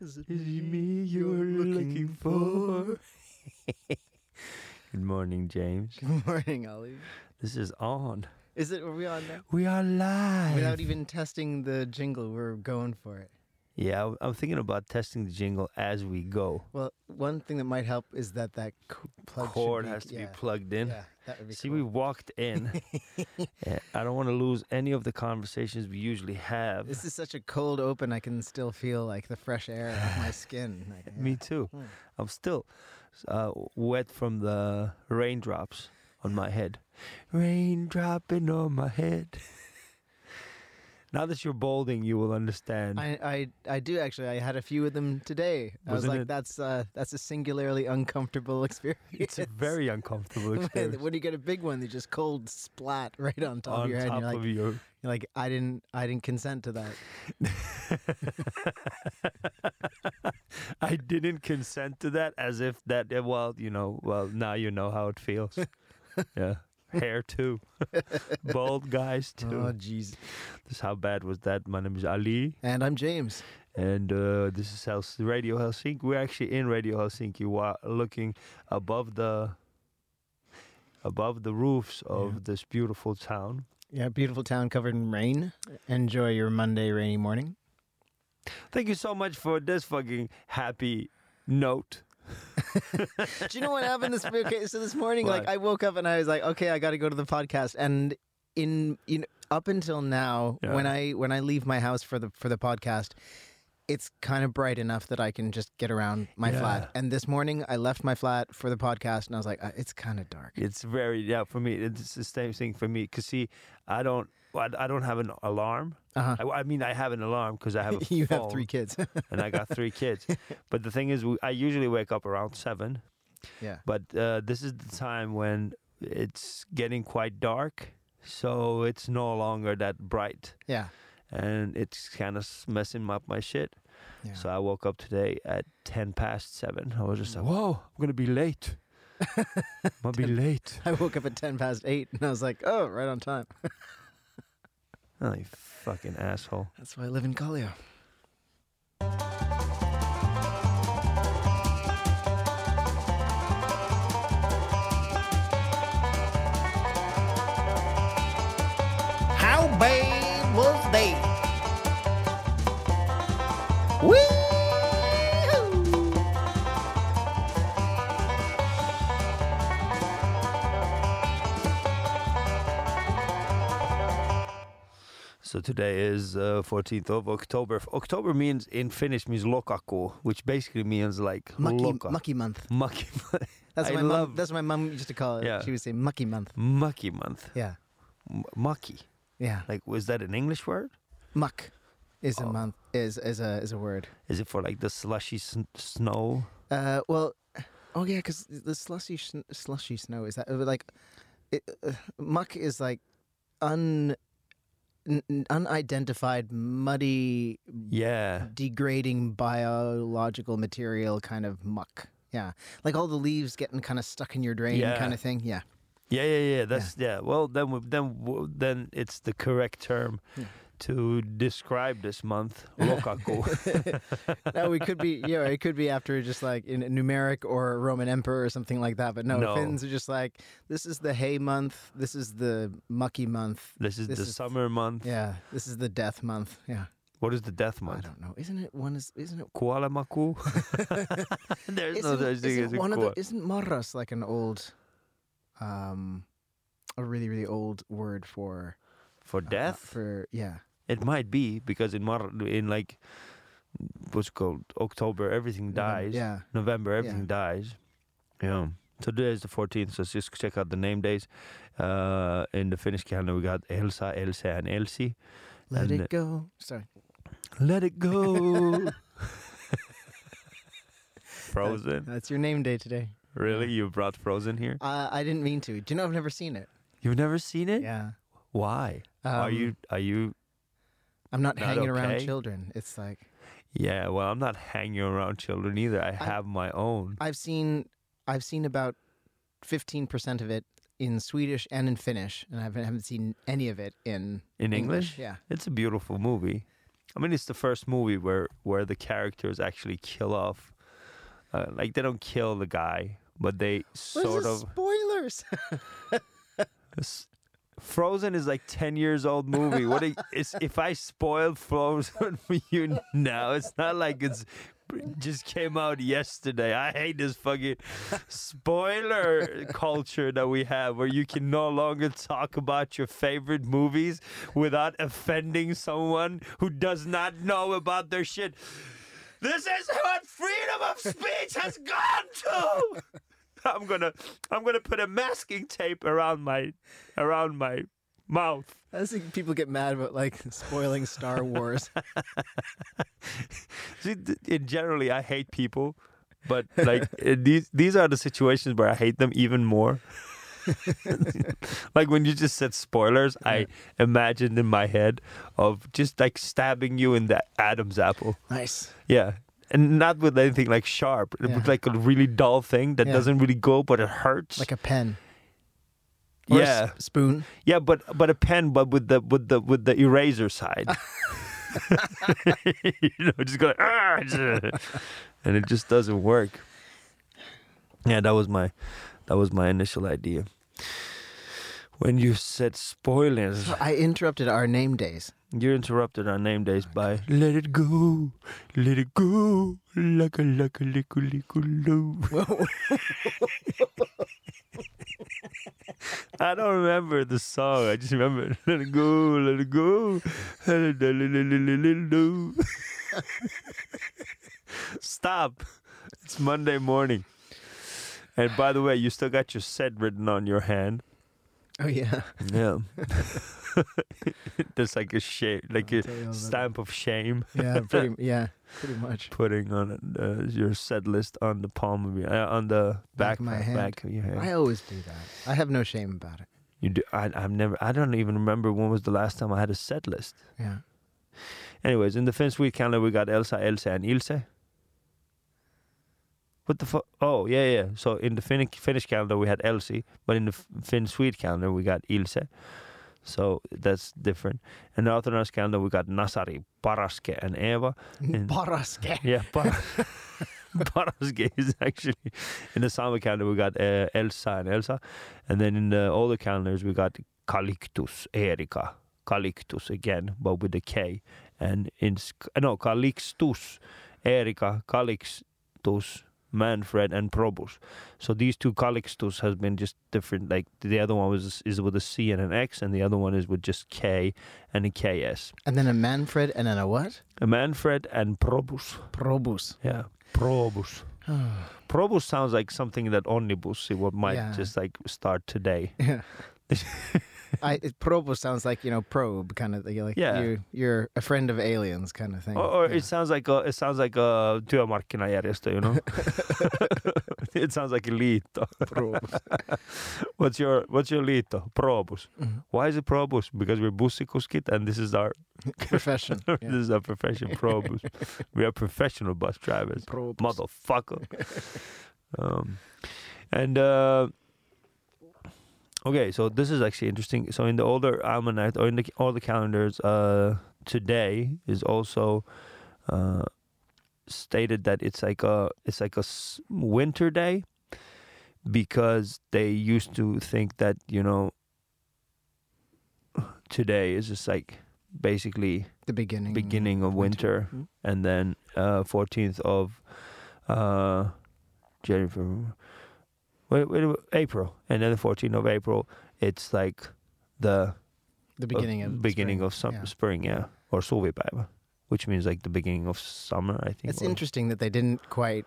Is it Is it me you're looking for? Good morning, James. Good morning, Ollie. This is on. Is it? Are we on now? We are live. Without even testing the jingle, we're going for it. yeah, I'm- I'm thinking about testing the jingle as we go. Well, one thing that might help is that that c- plug should Cord be- has to yeah, be plugged in. Yeah, that would be See, cool. we walked in. Yeah, I don't want to lose any of the conversations we usually have. This is such a cold open. I can still feel like the fresh air on my skin. Like, yeah. Hmm. Me too. I'm still uh, wet from the raindrops on my head. Rain dropping on my head. now that you're balding, you will understand. I, I I do actually. I had a few of them today. I was Wasn't like, it- that's uh, that's a singularly uncomfortable experience. it's a very uncomfortable experience. when you get a big one, they just cold splat right on top of on your head. top and you're like, of you. You're like I didn't I didn't consent to that. I didn't consent to that as if that, eh, well, you know, well, now you know how it feels. yeah. Hair too. Bald guys too. Oh jeez. This how bad was that? My name is Ali. And I'm James. And uh, this is Hels- Radio Helsinki. We're actually in Radio Helsinki, wa- looking above the above the roofs of Yeah. this beautiful town. Yeah, beautiful town covered in rain. Enjoy your Monday rainy morning. Thank you so much for this fucking happy note. Do you know what happened this okay, so this morning like What? I woke up and I was like, okay, I got to go to the podcast and in you know, up until now Yeah. when I when I leave my house for the for the podcast it's kind of bright enough that I can just get around my Yeah. flat. And this morning I left my flat for the podcast and I was like, uh, it's kind of dark. It's very yeah for me. It's the same thing for me because see, I don't I, I don't have an alarm. Uh-huh. I, I mean, I have an alarm because I have a you phone have three kids. and I got three kids. But the thing is, we- I usually wake up around seven. yeah. But uh, this is the time when it's getting quite dark, so it's no longer that bright, Yeah. and it's kind of messing up my shit. Yeah. So I woke up today at ten past seven. I was just like, "Whoa, I'm gonna be late. I'm gonna be late." I woke up at 10 past 8 and I was like, oh, right on time. Oh, you fucking asshole! That's why I live in Collier. How bad was they? Woo! So today is uh, fourteenth of October. October means in Finnish means lokaku, which basically means like Mucky, loka. mucky month. mucky, That's I what my mom. love That's what my mom used to call it. Yeah. She would say mucky month. mucky month. Yeah, M- mucky. yeah. Like, was that an English word? Muck is Oh. a month is is a is a word. Is it for like the slushy sn- snow? Uh, well, oh yeah, because the slushy sn- slushy snow is that uh, like it, uh, muck is like un n- n- unidentified muddy Yeah. degrading biological material kind of muck. Yeah, like all the leaves getting kind of stuck in your drain, Yeah. kind of thing. Yeah, Yeah, yeah, yeah. That's yeah. Well, then we, then w- then it's the correct term Yeah. to describe this month, lokaku. no, we could be, yeah, it could be after just like in a numeric or a Roman emperor or something like that. But no, No. Finns are just like this is the hay month, this is the mucky month, this is This the is- summer month. Yeah, this is the death month. Yeah, What is the death I month? don't know. Isn't it one? Is isn't it? Kuala maku. There's no isn't- such thing as isn't a one of koala. the? Isn't morras like an old, um, a really really old word for for uh, death. for yeah it might be because in Mar- in like what's it called October, everything November- dies. Yeah, November, everything dies. Yeah. So today is the 14th. So just check out the name days. Uh, in the Finnish calendar, we got Elsa, Elsa, and Elsie. let And it the- go. Sorry, Let it go. Frozen? that's your name day today. Really? You brought Frozen here? Uh, I didn't mean to. Do you know I've never seen it? You've never seen it? Yeah, Why? Eh. are Um, you? Are you? I'm not, not hanging around okay? children. It's like Yeah. Well, I'm not hanging around children either. I have my own. I've seen I've seen about fifteen percent of it in Swedish and in Finnish, and I haven't, haven't seen any of it in In English? Yeah. It's a beautiful movie. I mean, it's the first movie where where the characters actually kill off, uh, like they don't kill the guy, but they sort this is of. spoilers. S- Frozen is like ten years old movie. What a- it's, if I spoiled Frozen for you now? It's not like it's just came out yesterday. I hate this fucking spoiler culture that we have, where you can no longer talk about your favorite movies without offending someone who does not know about their shit. This is what freedom of speech has gone to. I'm gonna I'm gonna put a masking tape around my around my mouth. I think people get mad about like spoiling Star Wars. See, th- in generally, I hate people, but like eh, these these are the situations where I hate them even more. like when you just said spoilers, I imagined in my head of just like stabbing you in the Adam's apple. nice. Yeah. And not with anything like sharp, Yeah. with like a really dull thing that Yeah. doesn't really go, but it hurts. Like a pen. Or a s- Yeah. spoon. Yeah, but but a pen, but with the with the with the eraser side. you know, just go like, "Ah," and it just doesn't work. Yeah, that was my that was my initial idea. When you said spoilers, I interrupted our name days. you interrupted our name days by "Let it go, let it go, like a like a lick I don't remember the song. I just remember "Let it go, let it go, let it go, let it go, let it go." Stop! It's Monday morning. And by the way, you still got your set written on your hand. Oh yeah. Yeah. There's like a shape, like I'll a tell you all about that. stamp of shame Yeah, pretty yeah, pretty much. putting on uh, your set list on the palm of your uh, on the back, Back of my hand. back of your hand. I always do that. I have no shame about it. you do. I, I've never. I don't even remember when was the last time I had a set list. Yeah. Anyways, in the Finns week calendar, we got Elsa, Elsa, and Ilse. What the fuck? Oh, yeah, yeah. So in the Finnish, Finnish calendar, we had Elsie, but in the F- Finn Swede calendar, we got Ilse. So that's different. In the Orthodox calendar, we got Nasari, Paraske, and Eva. In- Baraske. Yeah, Par- Paraske is actually in the Sami calendar. We got uh, Elsa and Elsa, and then in the older calendars we got Calictus, Erika, Calictus again, but with a K, and in Sc- uh, no Calixtus, Erika, Calixtus, Manfred, and Probus. So these two Calixtus has been just different. Like the other one was is with a C and an X, and the other one is with just K and a KS. And then a Manfred and then a what? A Manfred and Probus. Probus. Yeah, Probus. Probus sounds like something that Omnibus it would might Yeah. just like start today. Yeah. I it, probus sounds like you know probe kind of thing, like Yeah. Oh, you you're a friend of aliens kind of thing. Or, or Yeah. it sounds like a, it sounds like a työmarkkinajärjestö, you know. it sounds like a liitto. probus. What's your what's your liitto? Probus. Mhm. Why is it probus? Because we're bussikuskit and this is our profession. this Yeah. is our profession. Probus. we are professional bus drivers. Probus. motherfucker. um, and uh, okay, so this is actually interesting. So in the older almanac or in the all the calendars, uh, today is also uh, stated that it's like a it's like a s- winter day because they used to think that you know today is just like basically The beginning. beginning of winter, Mm. and then uh, fourteenth of uh, January, February- wait, wait, wait, April, and then the fourteenth of April. It's like the The beginning uh, of beginning spring. of sum- yeah. spring, yeah, or solvipäivä, which means like the beginning of summer. I think. It's or- interesting that they didn't quite,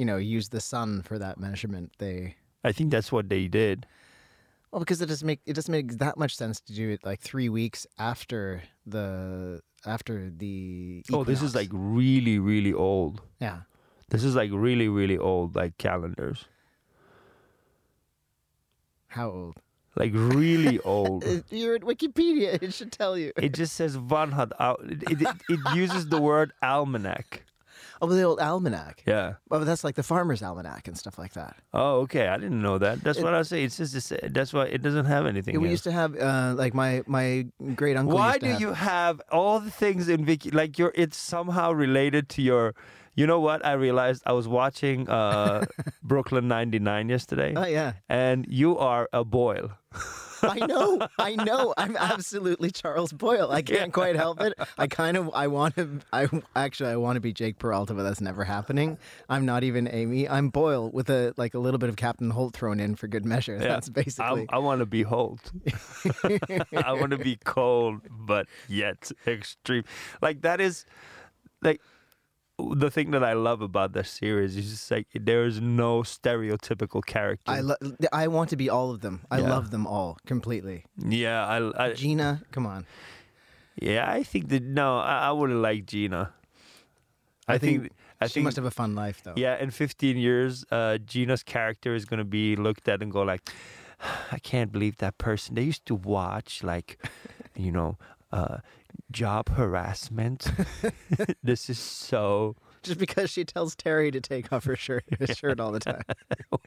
you know, use the sun for that measurement. They I think that's what they did. well, because it doesn't make it doesn't make that much sense to do it like three weeks after the after the. Oh, this is like equinox. really, really old. yeah. This is like really, really old, like calendars, How old? like really old. Uh, You're at Wikipedia. It should tell you. It just says vanhat. al- It, it, it uses the word almanac. Oh, the old almanac. Yeah. Oh, that's like the farmer's almanac and stuff like that. Oh, okay. I didn't know that. That's It- what I say. It's just it's, that's why it doesn't have anything. we else. used to have uh, like my my great uncle. Why used to do have- you have all the things in Vicky? Like your, it's somehow related to your. You know what? I realized I was watching uh, Brooklyn '99 yesterday, Oh yeah, and you are a Boyle. I know, I know. I'm absolutely Charles Boyle. I can't quite help it. I kind of, I want to. I actually, I want to be Jake Peralta, but that's never happening. I'm not even Amy. I'm Boyle with a like a little bit of Captain Holt thrown in for good measure. That's I, basically. I want to be Holt. I want to be cold, but yet extreme. Like that is, like the thing that I love about this series is just like there is no stereotypical character. I, lo- I want to be all of them. I Yeah. love them all completely. yeah, I, I Gina, come on. yeah, I think that no, I, I wouldn't like Gina. I, I think, think I she think must have a fun life though. yeah. In 15 years, uh, Gina's character is gonna be looked at and go like, I can't believe that person. They used to watch like, you know, uh, job harassment. this is so. Just because she tells Terry to take off her shirt, his shirt all the time.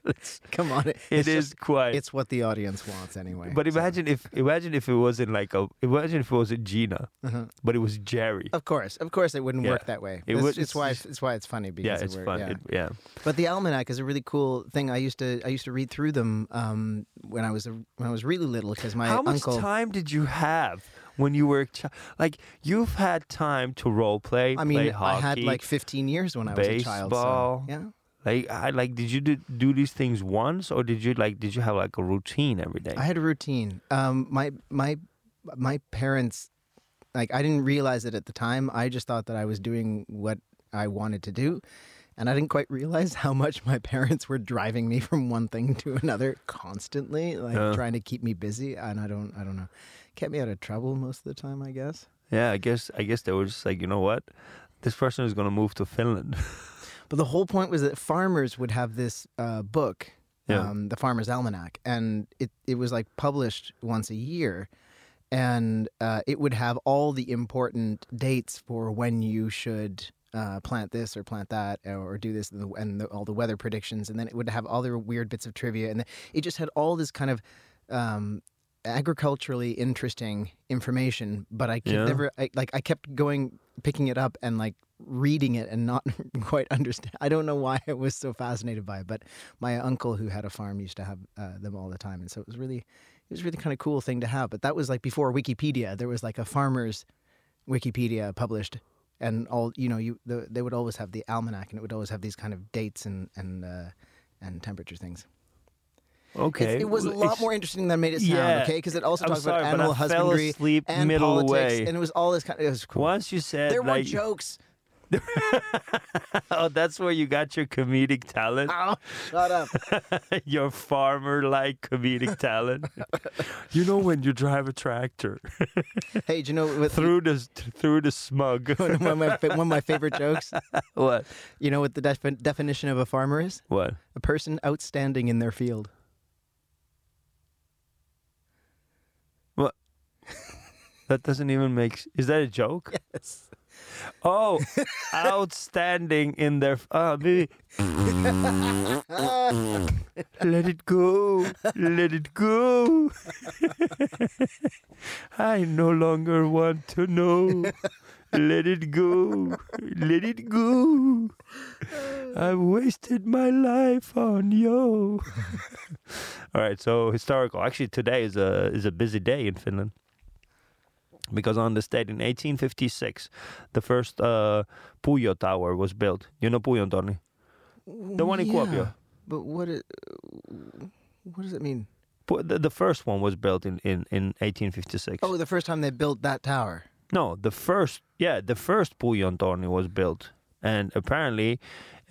it's, Come on, it, it's it's just- quite. it's what the audience wants anyway. but so- imagine if imagine if it wasn't like a imagine if it wasn't Gina, Uh-huh. but it was Jerry. Of course, of course, it wouldn't Yeah. work that way. It That's- would- it's, it's why just- it's why it's funny yeah, because it it's worked, fun. yeah. It- Yeah. But the almanac is a really cool thing. I used to I used to read through them um, when I was a, when I was really little because my How much uncle. time did you have when you were a chi- like you've had time to role play? I mean, play I hockey, had like 15 years when I was a child. So, baseball. yeah, like I like did you do, do these things once or did you like did you have like a routine every day? I had a routine. Um, my my my parents, like I didn't realize it at the time. I just thought that I was doing what I wanted to do, and I didn't quite realize how much my parents were driving me from one thing to another constantly, like Yeah. trying to keep me busy. And I don't, I don't know, kept me out of trouble most of the time, I guess. yeah, I guess I guess they were just like you know what, this person is gonna move to Finland. But the whole point was that farmers would have this uh, book, Yeah. um, the Farmer's Almanac, and it, it was like published once a year. And uh, it would have all the important dates for when you should uh, plant this or plant that or, or do this and, the, and the, all the weather predictions. And then it would have all the weird bits of trivia. And it just had all this kind of um, agriculturally interesting information, but I kept Yeah. never I, like I kept going picking it up and like reading it and not quite understand. I don't know why I was so fascinated by it, but my uncle who had a farm used to have uh, them all the time, and so it was really it was really kind of cool thing to have. But that was like before Wikipedia. There was like a farmer's Wikipedia published. And all you know, you the, they would always have the almanac, and it would always have these kind of dates and and uh, and temperature things. okay, It's- It was a well, lot ex- more interesting than it made it sound, Yeah. okay? Because it also I'm talks sorry, about but animal I fell husbandry asleep and middle politics, way. and it was all this kind of. It was cool. Once you said There were like, jokes. oh, that's where you got your comedic talent. Ow, shut up. Ah. your farmer like comedic talent. you know when you drive a tractor hey, do you know what? through the through the smug. one, of my, fa- one of my favorite jokes. what? You know what the defi- definition of a farmer is? What? A person outstanding in their field. That doesn't even make. s- Is that a joke? Yes. Oh, outstanding in their. f- Ah, baby. Let it go. Let it go. I no longer want to know. Let it go. Let it go. I've wasted my life on you. All right, so historical. Actually, today is a is a busy day in Finland because on this date in 1856, the first uh, Puyo Tower was built. You know Puyo, Tony? The one in yeah. Kuopio. But what? It, what does it mean? Pu- The, the first one was built in, in, in 1856. Oh, the first time they built that tower. No, the first, yeah, the first Puyo Tony was built. And apparently,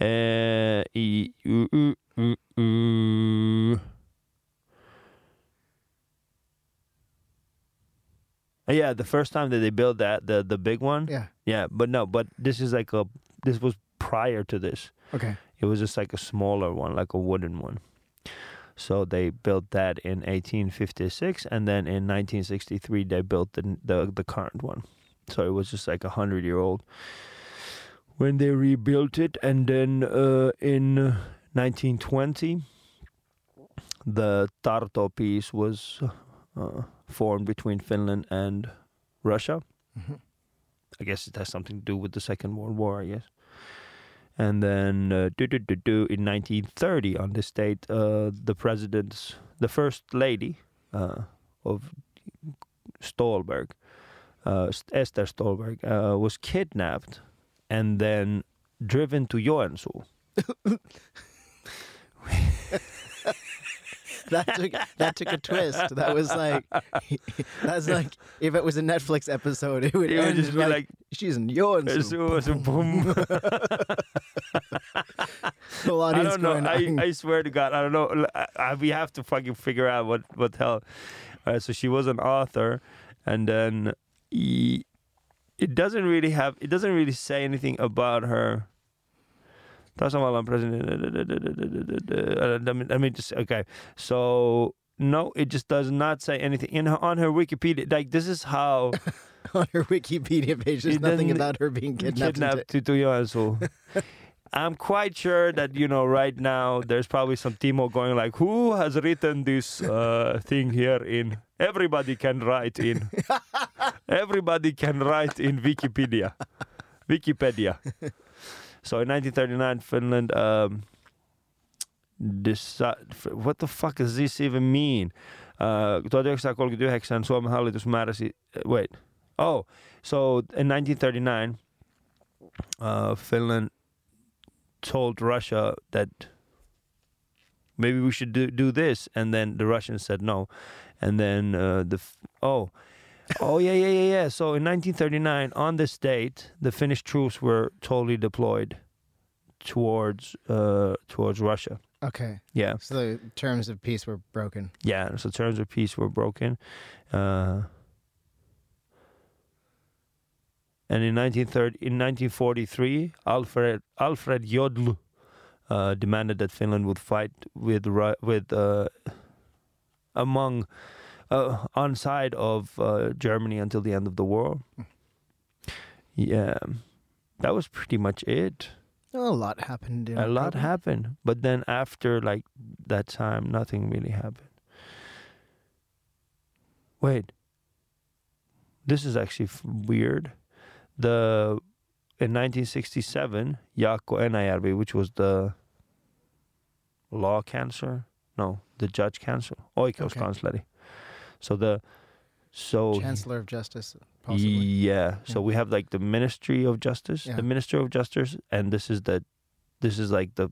uh, e- ooh, ooh, ooh, ooh. uh, yeah, the first time that they built that, the, the big one, Yeah. Yeah, but no, but this is like a this was prior to this. Okay. It was just like a smaller one, like a wooden one. So they built that in 1856, and then in 1963 they built the the, the current one. So it was just like a hundred year old when they rebuilt it, and then uh, in 1920, the Tartu peace was uh, formed between Finland and Russia. Mhm. I guess it has something to do with the Second World War, I guess. And then uh, do, do, do, do, in 1930, on this date, uh, the president's, the first lady uh, of Stolberg, uh, S- Esther Stolberg, uh, was kidnapped and then driven to Joensuu. That took that took a twist. That was like that's like if it was a Netflix episode, it would, It would end just be like, like, she's in your "Zoo, zoo, boom. whole I audience don't know. going. I, "Mm." I swear to God, I don't know. L- I- I- we have to fucking figure out what what the hell. Uh, so she was an author, and then he, it doesn't really have. It doesn't really say anything about her. Tasavallan president. I mean, I mean, just okay. So no, it just does not say anything in her on her Wikipedia. Like this is how on her Wikipedia page, there's It nothing doesn't- about her being kidnapped. and kidnapped to, to Joensuu. I'm quite sure that you know right now there's probably some Timo going like, who has written this uh, thing here in? Everybody can write in. Everybody can write in Wikipedia. Wikipedia. So in 1939, Finland. Um, deci- f- what the fuck does this even mean? Uh, 1939 Suomen hallitus määräsi... uh, Wait. Oh, so in 1939, uh, Finland told Russia that maybe we should do, do this, and then the Russians said no, and then uh, the f- oh. Oh yeah, yeah, yeah, yeah. So in 1939, on this date, the Finnish troops were totally deployed towards uh, towards Russia. t- okay, Yeah, so the terms of peace were broken. yeah. So terms of peace were broken, uh, and in 1930, in 1943, Alfred Alfred Jodl uh, demanded that Finland would fight with Ru- with uh, among uh, on side of uh, Germany until the end of the war. Yeah, that was pretty much it. A lot happened. In A lot October. happened, but then after like that time, nothing really happened. Wait, this is actually f- weird. The in 1967, Jaakko Enäjärvi, which was the law counselor, no, the judge counsel, oikeuskansleri. So the so Oh, he- Chancellor of Justice, possibly. yeah. So we have like the Ministry of Justice, Yeah. the Minister of Justice, and this is the, this is like the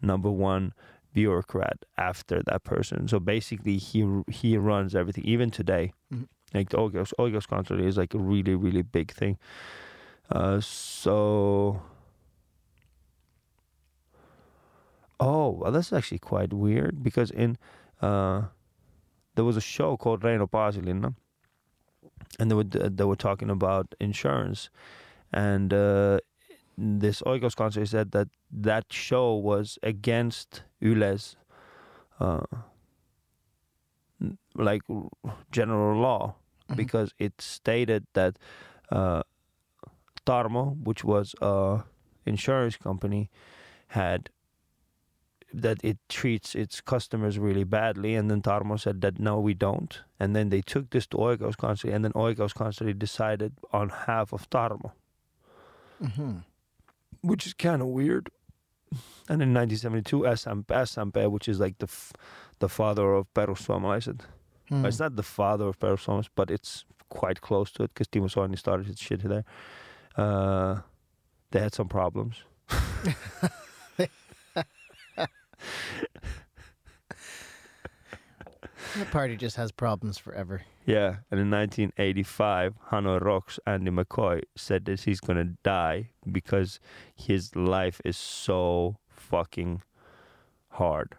number one bureaucrat after that person. So basically, he he runs everything. Even today, Mhm. like the Oikos Oikos Consul is like a really really big thing. Uh, so. Oh, well, that's actually quite weird because in uh, there was a show called Reino Pasilinna, and they were they were talking about insurance, and uh, this Oikos concert said that that show was against Yle's, uh, n- like general law, Mhm. because it stated that uh, Tarmo, which was a insurance company, had that it treats its customers really badly. And then Tarmo said that no, we don't. And then they took this to Oikos Consul, and then Oikos Consul decided on half of Tarmo, hmm which is kind of weird. And in 1972, SMP, SMP which is like the f- the father of Perussuomalaiset. mm. It's not the father of Perussuomalaiset, but it's quite close to it because Timo Soini started his shit there. Uh, they had some problems. The party just has problems forever. Yeah, and in 1985, Hanoi Rocks Andy McCoy said that he's gonna die because his life is so fucking hard.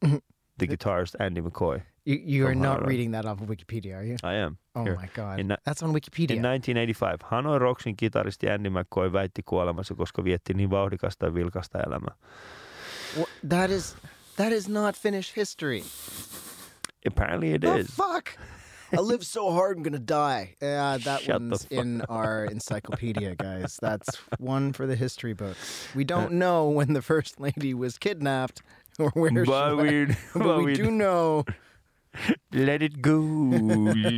Mhm. the guitarist Andy McCoy. You, you are Somehow, not right? reading that off of Wikipedia, are you? I am. Oh Oh Here. my god, In na- that's on Wikipedia. In 1985 Hanoi Rocksin kitaristi Andy McCoy väitti kuolemansa, koska vietti niin vauhdikasta ja vilkasta elämää. Wha- that is that is not Finnish history. Apparently it the is. fuck? I live so hard, I'm gonna die. Yeah, that Shut the one's fuck in our encyclopedia, guys. That's one for the history books. We don't Uh, know when the first lady was kidnapped or where but she went, we, but we do know. let it go,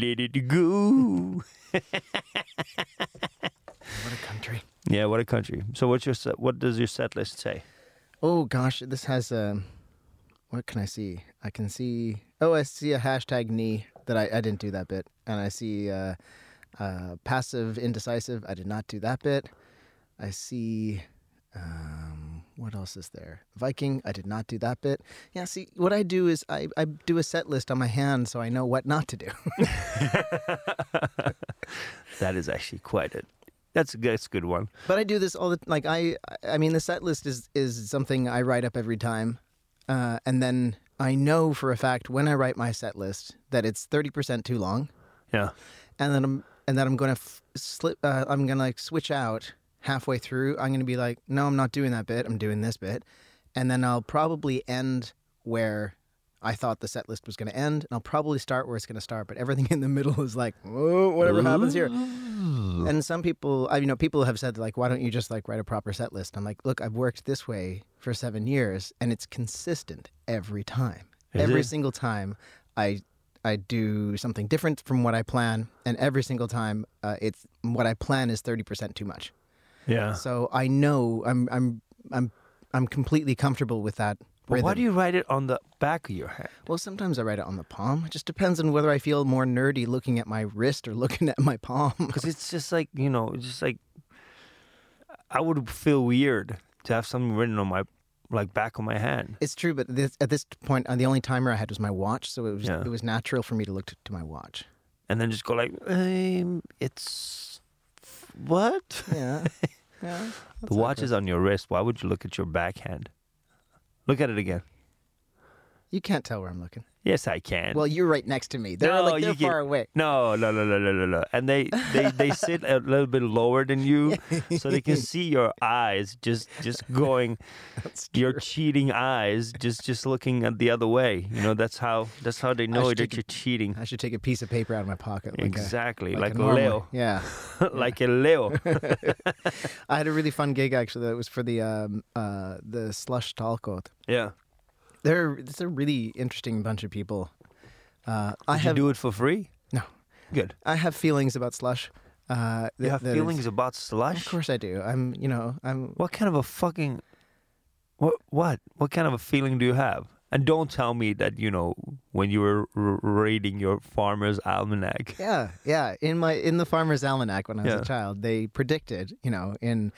let it go. What a country! Yeah, what a country. So, what's your set, what does your set list say? Oh gosh, this has um. What can I see? I can see. Oh, I see a hashtag knee that I, I didn't do that bit, and I see uh, uh, passive indecisive. I did not do that bit. I see. Um, what else is there? Viking. I did not do that bit. Yeah. See, what I do is I, I do a set list on my hand so I know what not to do. That is actually quite a that's a good, that's a good one. But I do this all the like I I mean the set list is is something I write up every time, uh, and then I know for a fact when I write my set list that it's thirty percent too long, Yeah, and then I'm and then I'm gonna f- slip uh, I'm gonna like switch out halfway through. I'm gonna be like, no, I'm not doing that bit. I'm doing this bit, and then I'll probably end where. I thought the set list was going to end, and I'll probably start where it's going to start, but everything in the middle is like, whoa, whatever happens here. Mm-hmm. And some people, I you know, people have said like, why don't you just like write a proper set list? I'm like, look, I've worked this way for seven years, and it's consistent every time. Is every it? single time, I I do something different from what I plan, and every single time, uh, it's what I plan is thirty percent too much. yeah. So I know I'm I'm I'm I'm completely comfortable with that. But Rhythm. why do you write it on the back of your hand? Well, sometimes I write it on the palm. It just depends on whether I feel more nerdy looking at my wrist or looking at my palm. Because it's just like you know, it's just like I would feel weird to have something written on my like back of my hand. It's true, but this, at this point, uh, the only timer I had was my watch, so it was Yeah. it was natural for me to look to, to my watch. and then just go like, um, it's what? Yeah, yeah. the watch is on your wrist. Why would you look at your backhand? Look at it again. You can't tell where I'm looking. Yes, I can. Well, you're right next to me. They're No, like you they're get- far away. no, no, no, no, no, no, no. And they, they, they sit a little bit lower than you, so they can see your eyes just just going, That's your cheating eyes just just looking at the other way. You know that's how that's how they know should that take a- you're cheating. I should take a piece of paper out of my pocket. Like exactly, A, like, a a normal- Leo, Yeah, like a Leo. I had a really fun gig actually. That was for the um, uh, the Slush Talkot. yeah. They're it's a really interesting bunch of people. Uh, I Did have you do it for free? no, Good. I have feelings about Slush. Uh, You that- have that is- feelings about slush? Of course I do. I'm you know I'm What kind of a fucking what what what kind of a feeling do you have? And don't tell me that you know when you were r- reading your farmer's almanac. Yeah, yeah. In my in the Farmer's Almanac when I was Yeah. a child, they predicted, you know, in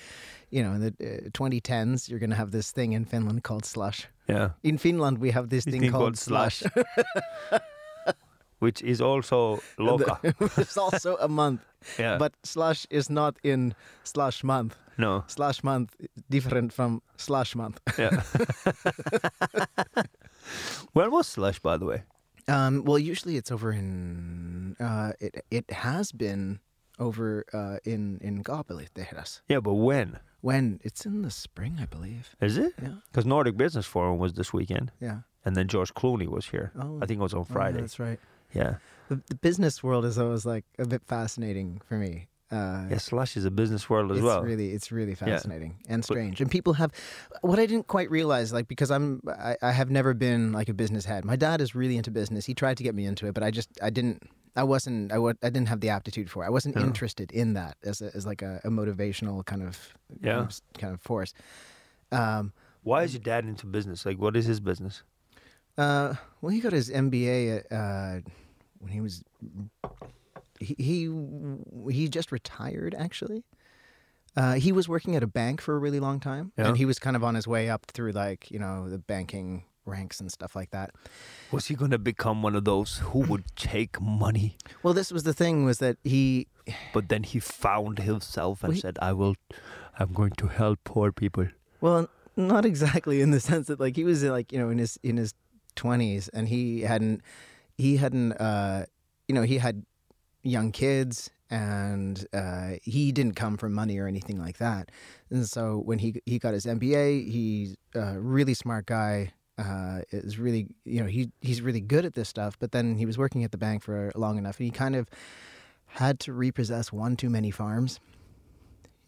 you know in the uh, 2010s, you're going to have this thing in Finland called slush. Yeah, In Finland, we have this This thing, called, slush. which is also loca. it's also a month, yeah, but slush is not in slush month. no, Slush month different from slush month. yeah. when was slush, by the way? Um, well, usually it's over in uh, it. It has been over uh, in in Gabeliteras. Yeah, but when When it's in the spring, I believe. is it? Yeah. Because Nordic Business Forum was this weekend, Yeah. and then George Clooney was here. Oh. I think it was on Oh, yeah, Friday. that's right. yeah, The, the business world is always like a bit fascinating for me. Uh, yeah. Slush is a business world as it's well. really, it's really fascinating and strange. And people have what I didn't quite realize, like because I'm, I, I have never been like a business head. My dad is really into business. He tried to get me into it, but I just, I didn't, I wasn't, I w- I didn't have the aptitude for it. I wasn't Yeah. interested in that as, a, as like a, a motivational kind of, Yeah. kind of, kind of force. Um, Why is your dad into business? Like, what is his business? Uh, well, he got his MBA at, uh, when he was he, he he just retired actually. Uh, he was working at a bank for a really long time, Yeah. and he was kind of on his way up through like you know the banking ranks and stuff like that. Was he gonna become one of those who would take money, Well, this was the thing was that he but then he found himself and Wait. said, "I will, I'm going to help poor people." Well, not exactly in the sense that like he was like you know in his in his twenties and he hadn't he hadn't uh you know he had young kids and uh, he didn't come from money or anything like that and so when he he got his MBA he's a really smart guy uh, is really you know he he's really good at this stuff. But then he was working at the bank for long enough, and he kind of had to repossess one too many farms.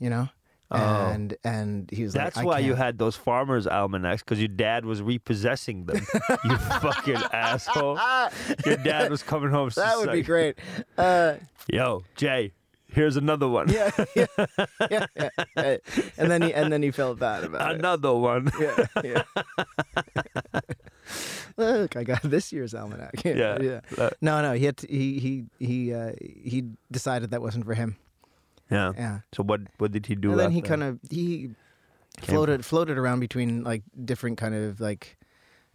You know. Oh. And and he was That's like, I why you can't- had those farmers' almanacs because your dad was repossessing them. you fucking asshole. Your dad was coming home. that would be great. Uh, Yo, Jay, here's another one. yeah, yeah, yeah, yeah, yeah. And then he and then he felt bad about it. another one. yeah, yeah. Look, I got this year's almanac. Yeah. yeah. Uh, No, no, he had to, he he he uh, he decided that wasn't for him. yeah. Yeah. So what? What did he do? and then he after? kind of he floated floated around between like different kind of like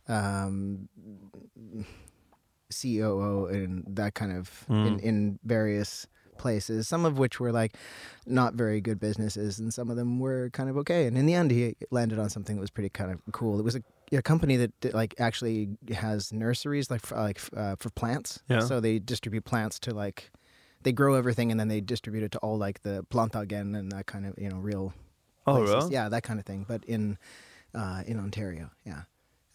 um COO and that kind of in, Mm. in various places some of which were like not very good businesses and some of them were kind of okay and in the end he landed on something that was pretty kind of cool it was a, a company that did, like actually has nurseries like for, like uh, for plants Yeah. so they distribute plants to like they grow everything and then they distribute it to all like the plantagen and that kind of you know real Oh, places. really? yeah, that kind of thing. But in uh, in Ontario, yeah,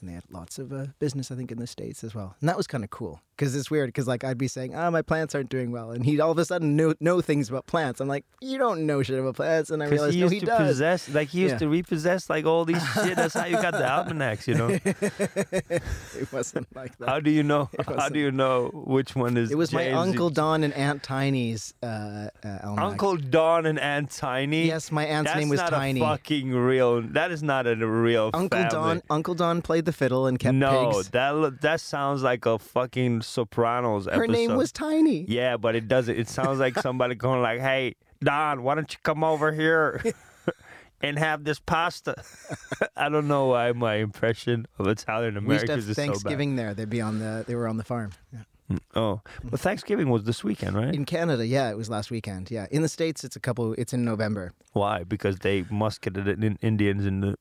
and they had lots of uh, business, I think, in the states as well. And that was kind of cool because it's weird because like I'd be saying, "Ah, my plants aren't doing well," and he'd all of a sudden know, know things about plants. I'm like, "You don't know shit about plants," and I Because realized he no, used he to does. possess, like he used Yeah. to repossess, like all these shit. That's how you got the almanacs, you know. it wasn't like that. How do you know? It How wasn't- do you know which one is? it was my James- uncle Don and Aunt Tiny's uh, uh, almanac. Uncle Don and Aunt Tiny. Yes, my aunt's That's name was not Tiny. a fucking real. That is not a real Uncle family. Don. Uncle Don played the fiddle and kept no, pigs. that lo- that sounds like a fucking Sopranos episode. Her name was Tiny. Yeah, but it doesn't. It sounds like somebody going like, "Hey, Don, why don't you come over here and have this pasta?" I don't know why my impression of Italian we used to Americans have is Thanksgiving there. They'd be on the. They were on the farm. Yeah. so bad. Oh, but Thanksgiving was this weekend, right? In Canada, yeah, it was last weekend. Yeah, in the states, it's a couple. It's in November. Why? Because they musketed it in Indians in a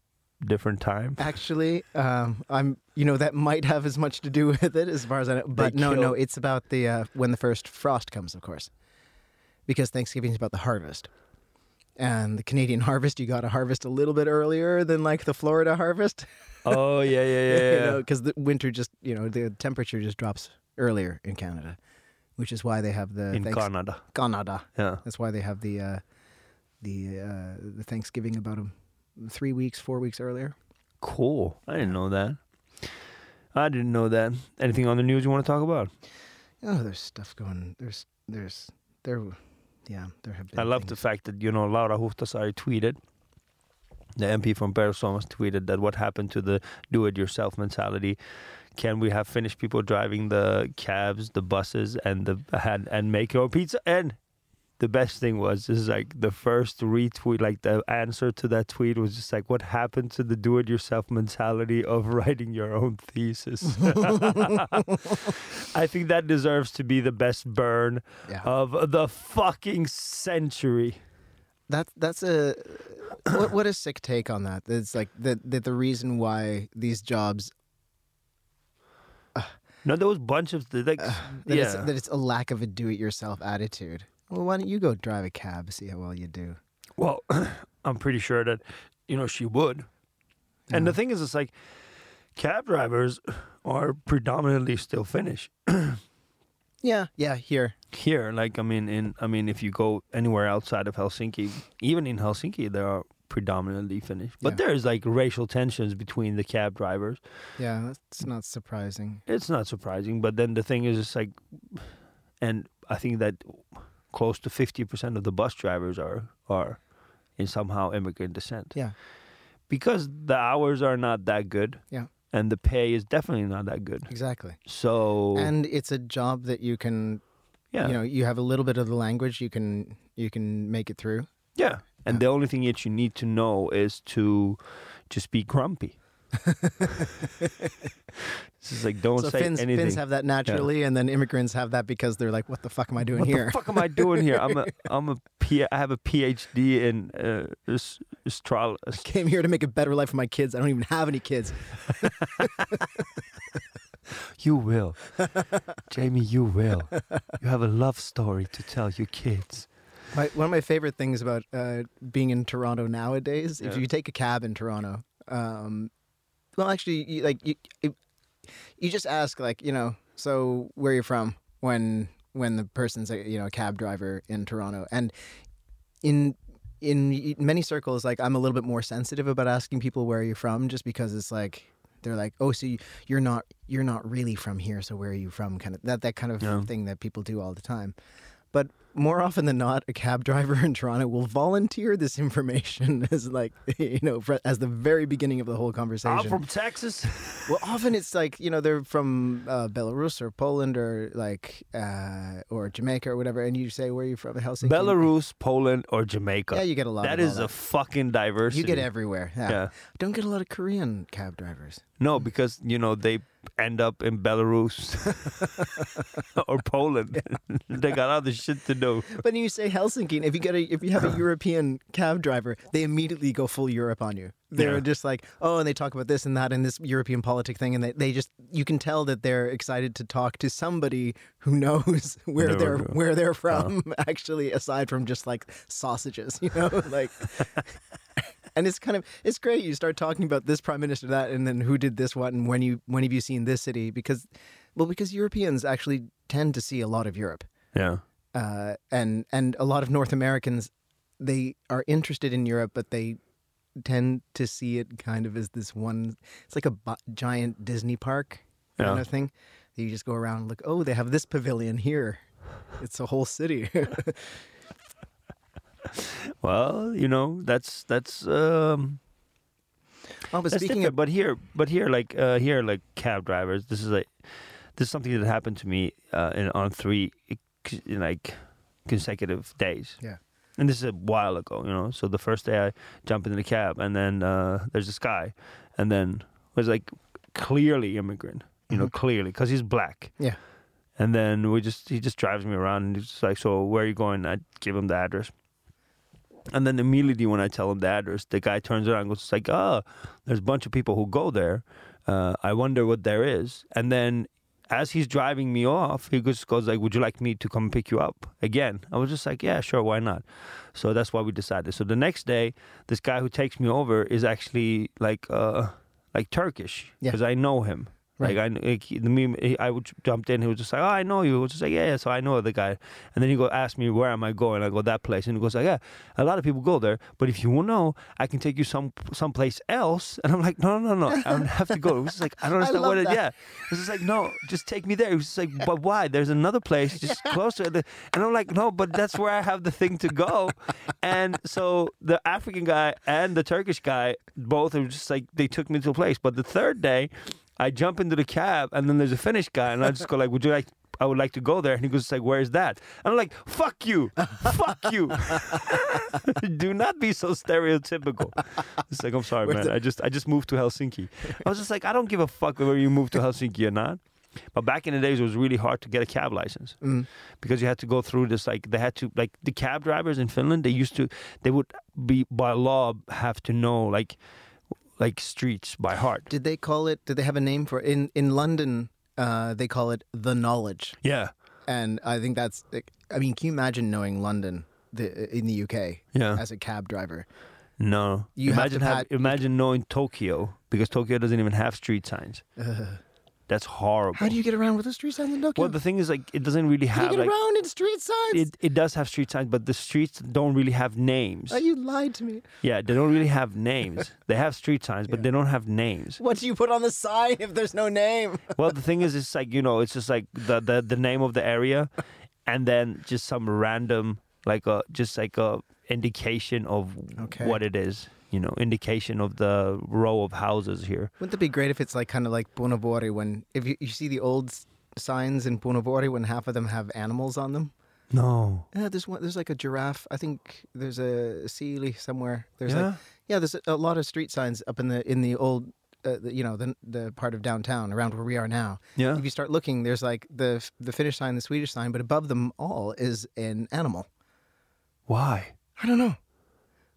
different time. Actually, um, I'm. You know, that might have as much to do with it as far as I know. But no, no, killed- it's about the uh, when the first frost comes, of course, because Thanksgiving is about the harvest. And the Canadian harvest, you got to harvest a little bit earlier than like the Florida harvest, Oh yeah, yeah, yeah. you know, because the winter just, you know, the temperature just drops earlier in Canada, which is why they have the in Thanks- Canada. Canada. Yeah. That's why they have the uh, the uh, the Thanksgiving about um three weeks, four weeks earlier. Cool. I didn't know that. I didn't know that. Anything on the news you want to talk about? Oh, there's stuff going. There's there's there, yeah. There have been. I love the things. fact that you know Laura Huhtasaari tweeted, the MP from Persomas tweeted that what happened to the do-it-yourself mentality. Can we have Finnish people driving the cabs, the buses, and the and, and make your own pizza? And the best thing was is like the first retweet, like the answer to that tweet was just like, what happened to the do-it-yourself mentality of writing your own thesis? I think that deserves to be the best burn Yeah. of the fucking century. That that's a what what a sick take on that. It's like that that the reason why these jobs No, there was a bunch of th- like, Uh, that yeah. it's that it's a lack of a do-it-yourself attitude. Well, why don't you go drive a cab, see how well you do? well, I'm pretty sure that you know she would. And the thing is, it's like cab drivers are predominantly still Finnish Yeah, yeah. Here, here. Like, I mean, in I mean, if you go anywhere outside of Helsinki, even in Helsinki, there are predominantly Finnish. But Yeah. there is like racial tensions between the cab drivers. yeah. That's not surprising. It's not surprising, but then the thing is, it's like, and I think that close to fifty percent of the bus drivers are are in somehow immigrant descent. Yeah. because the hours are not that good. Yeah. and the pay is definitely not that good. Exactly. So And it's a job that you can yeah, you know you have a little bit of the language you can you can make it through yeah, and Yeah. the only thing that you need to know is to just be grumpy. This is like don't so say finns, anything. finns have that naturally and then immigrants have that because they're like what the fuck am i doing what here the fuck am I doing here? I'm a I'm a P- I have a PhD in uh, as- astro- ast- came here to make a better life for my kids i don't even have any kids You will, Jamie. You will. You have a love story to tell your kids. my, one of my favorite things about uh, being in toronto nowadays if Yeah. you take a cab in toronto um, well, actually, you, like you, you- you just ask like you know, so where you're from when when the person's a, you know a cab driver in Toronto, and in in many circles, like I'm a little bit more sensitive about asking people where you're from, just because it's like they're like, oh, so you- you're not you're not really from here, so where are you from? Kind of that that kind of Yeah. thing that people do all the time, but. More often than not, a cab driver in Toronto will volunteer this information as like you know fr- as the very beginning of the whole conversation. I'm from Texas. Well, often it's like you know they're from uh, Belarus or Poland or like uh, or Jamaica or whatever, and you say where are you from? Helsinki. Belarus, Poland, or Jamaica. Yeah, you get a lot. that of all is a fucking diversity. you get everywhere. Yeah. Yeah. Don't get a lot of Korean cab drivers. No, because you know they end up in Belarus or Poland. they got other shit to do. But you say Helsinki, and if you get a if you have a European cab driver, they immediately go full Europe on you. They're Yeah. just like, oh, and they talk about this and that and this European politic thing, and they, they just you can tell that they're excited to talk to somebody who knows Uh-huh. where There we they're go. where they're from, actually, aside from just like sausages, you know, like. And it's kind of it's great. You start talking about this prime minister, that, and then who did this, what, and when you when have you seen this city? Because, well, because Europeans actually tend to see a lot of Europe Yeah. uh, and and a lot of North Americans they are interested in Europe, but they tend to see it kind of as this one. It's like a bu- giant Disney park kind Yeah. of thing. You just go around and look. Oh, they have this pavilion here. It's a whole city. Well, you know that's that's um. oh, but That's speaking different, of but here, but here, like uh, here, like cab drivers. This is like this is something that happened to me uh, in on three c- in, like consecutive days. Yeah. and this is a while ago, you know. So the first day I jump into the cab, and then uh, there's this guy, and then it was like clearly immigrant, you know, clearly because he's black. Yeah. and then we just he just drives me around, and he's just like, "So where are you going?" I give him the address. And then immediately when I tell him the address, the guy turns around and goes like, "Oh, there's a bunch of people who go there. Uh, I wonder what there is." And then as he's driving me off, he just goes like, "Would you like me to come pick you up again?" I was just like, "Yeah, sure, why not?" So that's why we decided. So the next day, this guy who takes me over is actually like uh like Turkish Yeah. because I know him. Right. Like I, kn- like he- the meme, he- I would jumped in. He was just like, "Oh, I know you." I was just like, "Yeah, yeah." So I know the guy, and then he go ask me where am I going. I go that place, and he goes like, "Yeah, a lot of people go there, but if you want to know, I can take you some someplace else." And I'm like, "No, no, no, no. I don't have to go." It was just like, "I don't I understand what love it." that. Yeah, it was just like, "No, just take me there." It was just like, "But why? There's another place just closer." And I'm like, "No, but that's where I have the thing to go." And so the African guy and the Turkish guy both are just like they took me to a place. But the third day, I jump into the cab, and then there's a Finnish guy, and I just go like, "Would you like?" I would like to go there, and he goes like, "Where is that?" And I'm like, "Fuck you, fuck you." Do not be so stereotypical. It's like I'm sorry, Where's man. the- I just I just moved to Helsinki. I was just like, I don't give a fuck whether you moved to Helsinki or not. But back in the days, it was really hard to get a cab license Mm. because you had to go through this. Like they had to like the cab drivers in Finland. They used to they would be by law have to know like like streets by heart. did they call it? Did they have a name for it? in in London? Uh, they call it the knowledge, Yeah, and I think that's. I mean, can you imagine knowing London the, in the UK yeah. as a cab driver? No. You have imagine to have- pat- imagine knowing Tokyo because Tokyo doesn't even have street signs. That's horrible. Uh-huh. How do you get around with the street signs in Tokyo? well, the thing is, like, it doesn't really How have do you get like around in street signs? it, it does have street signs, but the streets don't really have names. Oh, you lied to me. yeah, they don't really have names. they have street signs, but they don't have names. What do you put on the sign if there's no name? Well, the thing is, it's like you know, it's just like the the, the name of the area, and then just some random like a just like a indication of Okay. what it is. You know, indication of the row of houses here. Wouldn't it be great if it's like kind of like Bunabori when if you, you see the old s- signs in Bunabori when half of them have animals on them? No. Yeah, there's one. There's like a giraffe. I think there's a sealy somewhere. There's like Yeah? yeah, there's a, a lot of street signs up in the in the old. Uh, the, you know the the part of downtown around where we are now. Yeah. If you start looking, there's like the f- the Finnish sign, the Swedish sign, but above them all is an animal. Why? I don't know.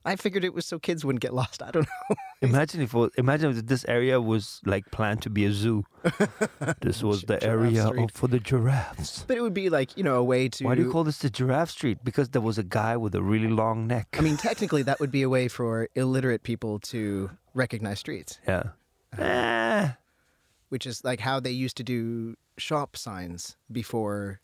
I figured it was so kids wouldn't get lost. I don't know. Imagine if it- imagine if this area was like planned to be a zoo. This was the Giraffe area street. of, for the giraffes. But it would be like you know a way to. Why do you call this the giraffe street? Because there was a guy with a really long neck. I mean, technically, that would be a way for illiterate people to recognize streets. yeah. Eh, which is like how they used to do shop signs before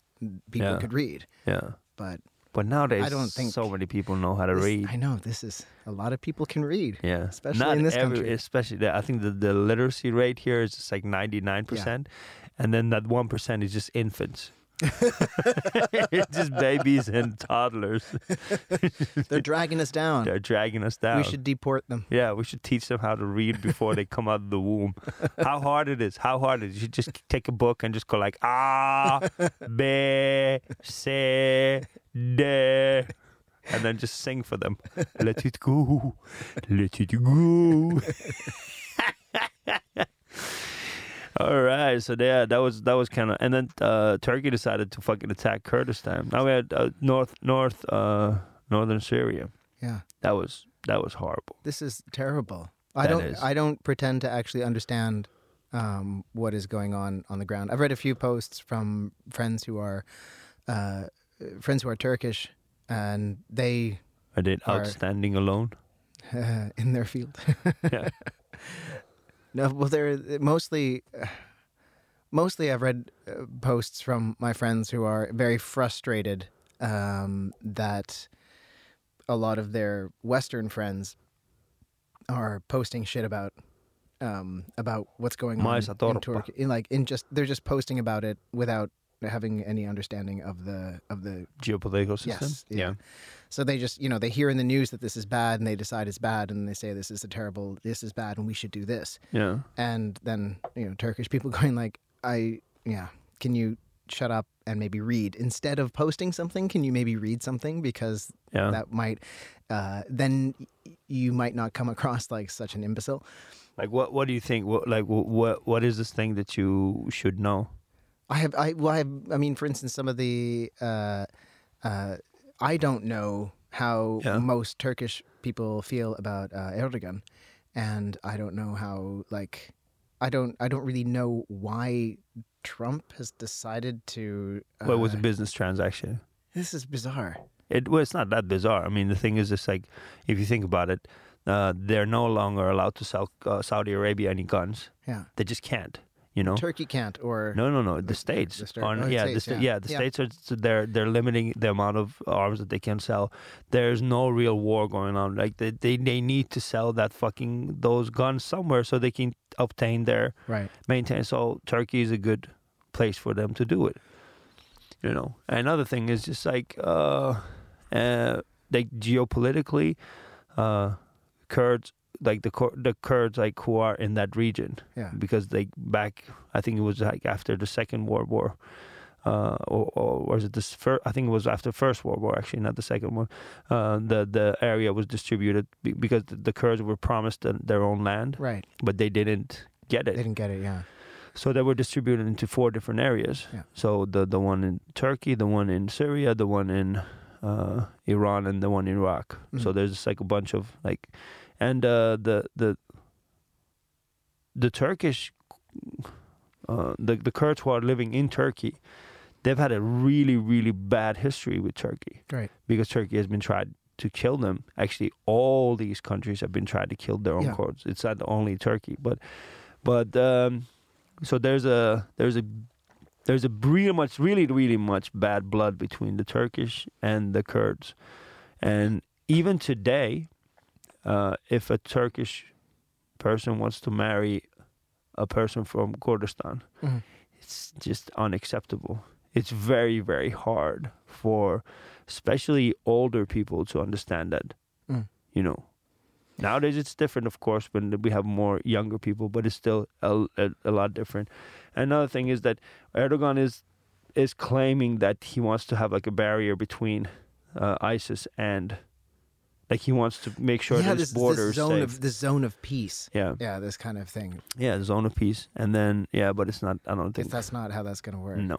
people Yeah. could read. yeah. But But nowadays, I don't think- so many people know how to this- read. I know this is a lot of people can read. Yeah, especially in this country. Especially, the, I think the, the literacy rate here is just like ninety nine percent, and then that one percent is just infants. it's just babies and toddlers. They're dragging us down. They're dragging us down. We should deport them. yeah, we should teach them how to read before they come out of the womb. How hard it is! How hard it is! You should just take a book and just go like ah, be, se, de, and then just sing for them. Let it go, let it go. All right, so yeah, that was that was kind of, and then uh, Turkey decided to fucking attack Kurdistan. Now we had uh, north north uh, northern Syria. Yeah, That was that was horrible. this is terrible. I That don't. is. I don't pretend to actually understand um, what is going on on the ground. I've read a few posts from friends who are uh, friends who are Turkish, and they I did Or- outstanding alone. uh, in their field. Yeah. No, well, they're uh, mostly. Mostly, I've read uh, posts from my friends who are very frustrated um, that a lot of their Western friends are posting shit about um, about what's going on Mais a in torpa. Turkey. In like, in just they're just posting about it without having any understanding of the of the geopolitical system. Yes, yeah. So they just, you know, they hear in the news that this is bad and they decide it's bad and they say this is a terrible, this is bad and we should do this. yeah, yeah. And then, you know, Turkish people going like, I, yeah, can you shut up and maybe read? Instead of posting something, can you maybe read something? Because Yeah. that might, uh, then y- you might not come across like such an imbecile. Like, what what do you think? What like wh- what what is this thing that you should know? I have, I, well, I, have, I mean, for instance, some of the, uh, uh, I don't know how Yeah. most Turkish people feel about uh, Erdogan, and I don't know how, like, I don't, I don't really know why Trump has decided to. Uh, Well, it was a business transaction. this is bizarre. It well, it's not that bizarre. I mean, the thing is, it's like if you think about it, uh, they're no longer allowed to sell uh, Saudi Arabia any guns. Yeah, They just can't. You know. Turkey can't, or No, no, no. The states the state- are oh, the yeah, the states, sta- yeah. yeah, the Yeah. states are so they're they're limiting the amount of arms that they can sell. There's no real war going on. Like they they, they need to sell that fucking those guns somewhere so they can obtain their right. maintain. So Turkey is a good place for them to do it. You know. Another thing is just like uh, uh like geopolitically, uh, Kurds like the Kur- the Kurds like who are in that region Yeah, because they back I think it was like after the Second World War, uh, or, or was it this first? I think it was after First World War actually, not the second one. Uh, the the area was distributed be- because the, the Kurds were promised th- their own land, right. but they didn't get They it. didn't get it. Yeah, So they were distributed into four different areas. Yeah. So the the one in Turkey, the one in Syria, the one in uh, Iran, and the one in Iraq. So Mhm. there's just like a bunch of like, and uh, the the the Turkish, uh, the the Kurds who are living in Turkey, they've had a really really bad history with Turkey right. because Turkey has been tried to kill them. Actually, all these countries have been trying to kill their own Yeah. Kurds. It's not only Turkey, but but um, so there's a there's a there's a really much really really much bad blood between the Turkish and the Kurds, and even today, uh, if a Turkish person wants to marry a person from Kurdistan, Mhm. it's just unacceptable. It's very, very hard for especially older people to understand that. Mm. You know, nowadays it's different, of course, when we have more younger people, but it's still a, a, a lot different. Another thing is that Erdogan is is claiming that he wants to have like a barrier between uh, ISIS and like he wants to make sure yeah, that his this, border this is zone safe. of this zone of peace. yeah, Yeah, this kind of thing. yeah, the zone of peace, and then yeah, but it's not. I don't think If that's not how that's going to work. no.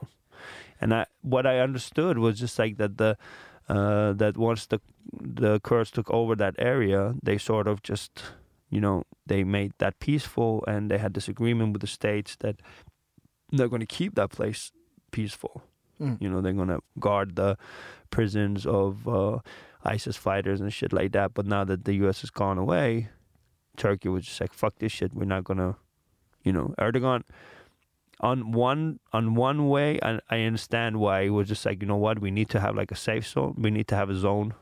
And I, what I understood was just like that the uh, that once the the Kurds took over that area, they sort of just you know they made that peaceful, and they had this agreement with the states that they're going to keep that place peaceful. Mm. You know they're going to guard the prisons of uh, ISIS fighters and shit like that. But now that the U.S. has gone away, Turkey was just like, "Fuck this shit. We're not going to You know, Erdogan. On one on one way, I, I understand why he was just like, you know what, we need to have like a safe zone. We need to have a zone,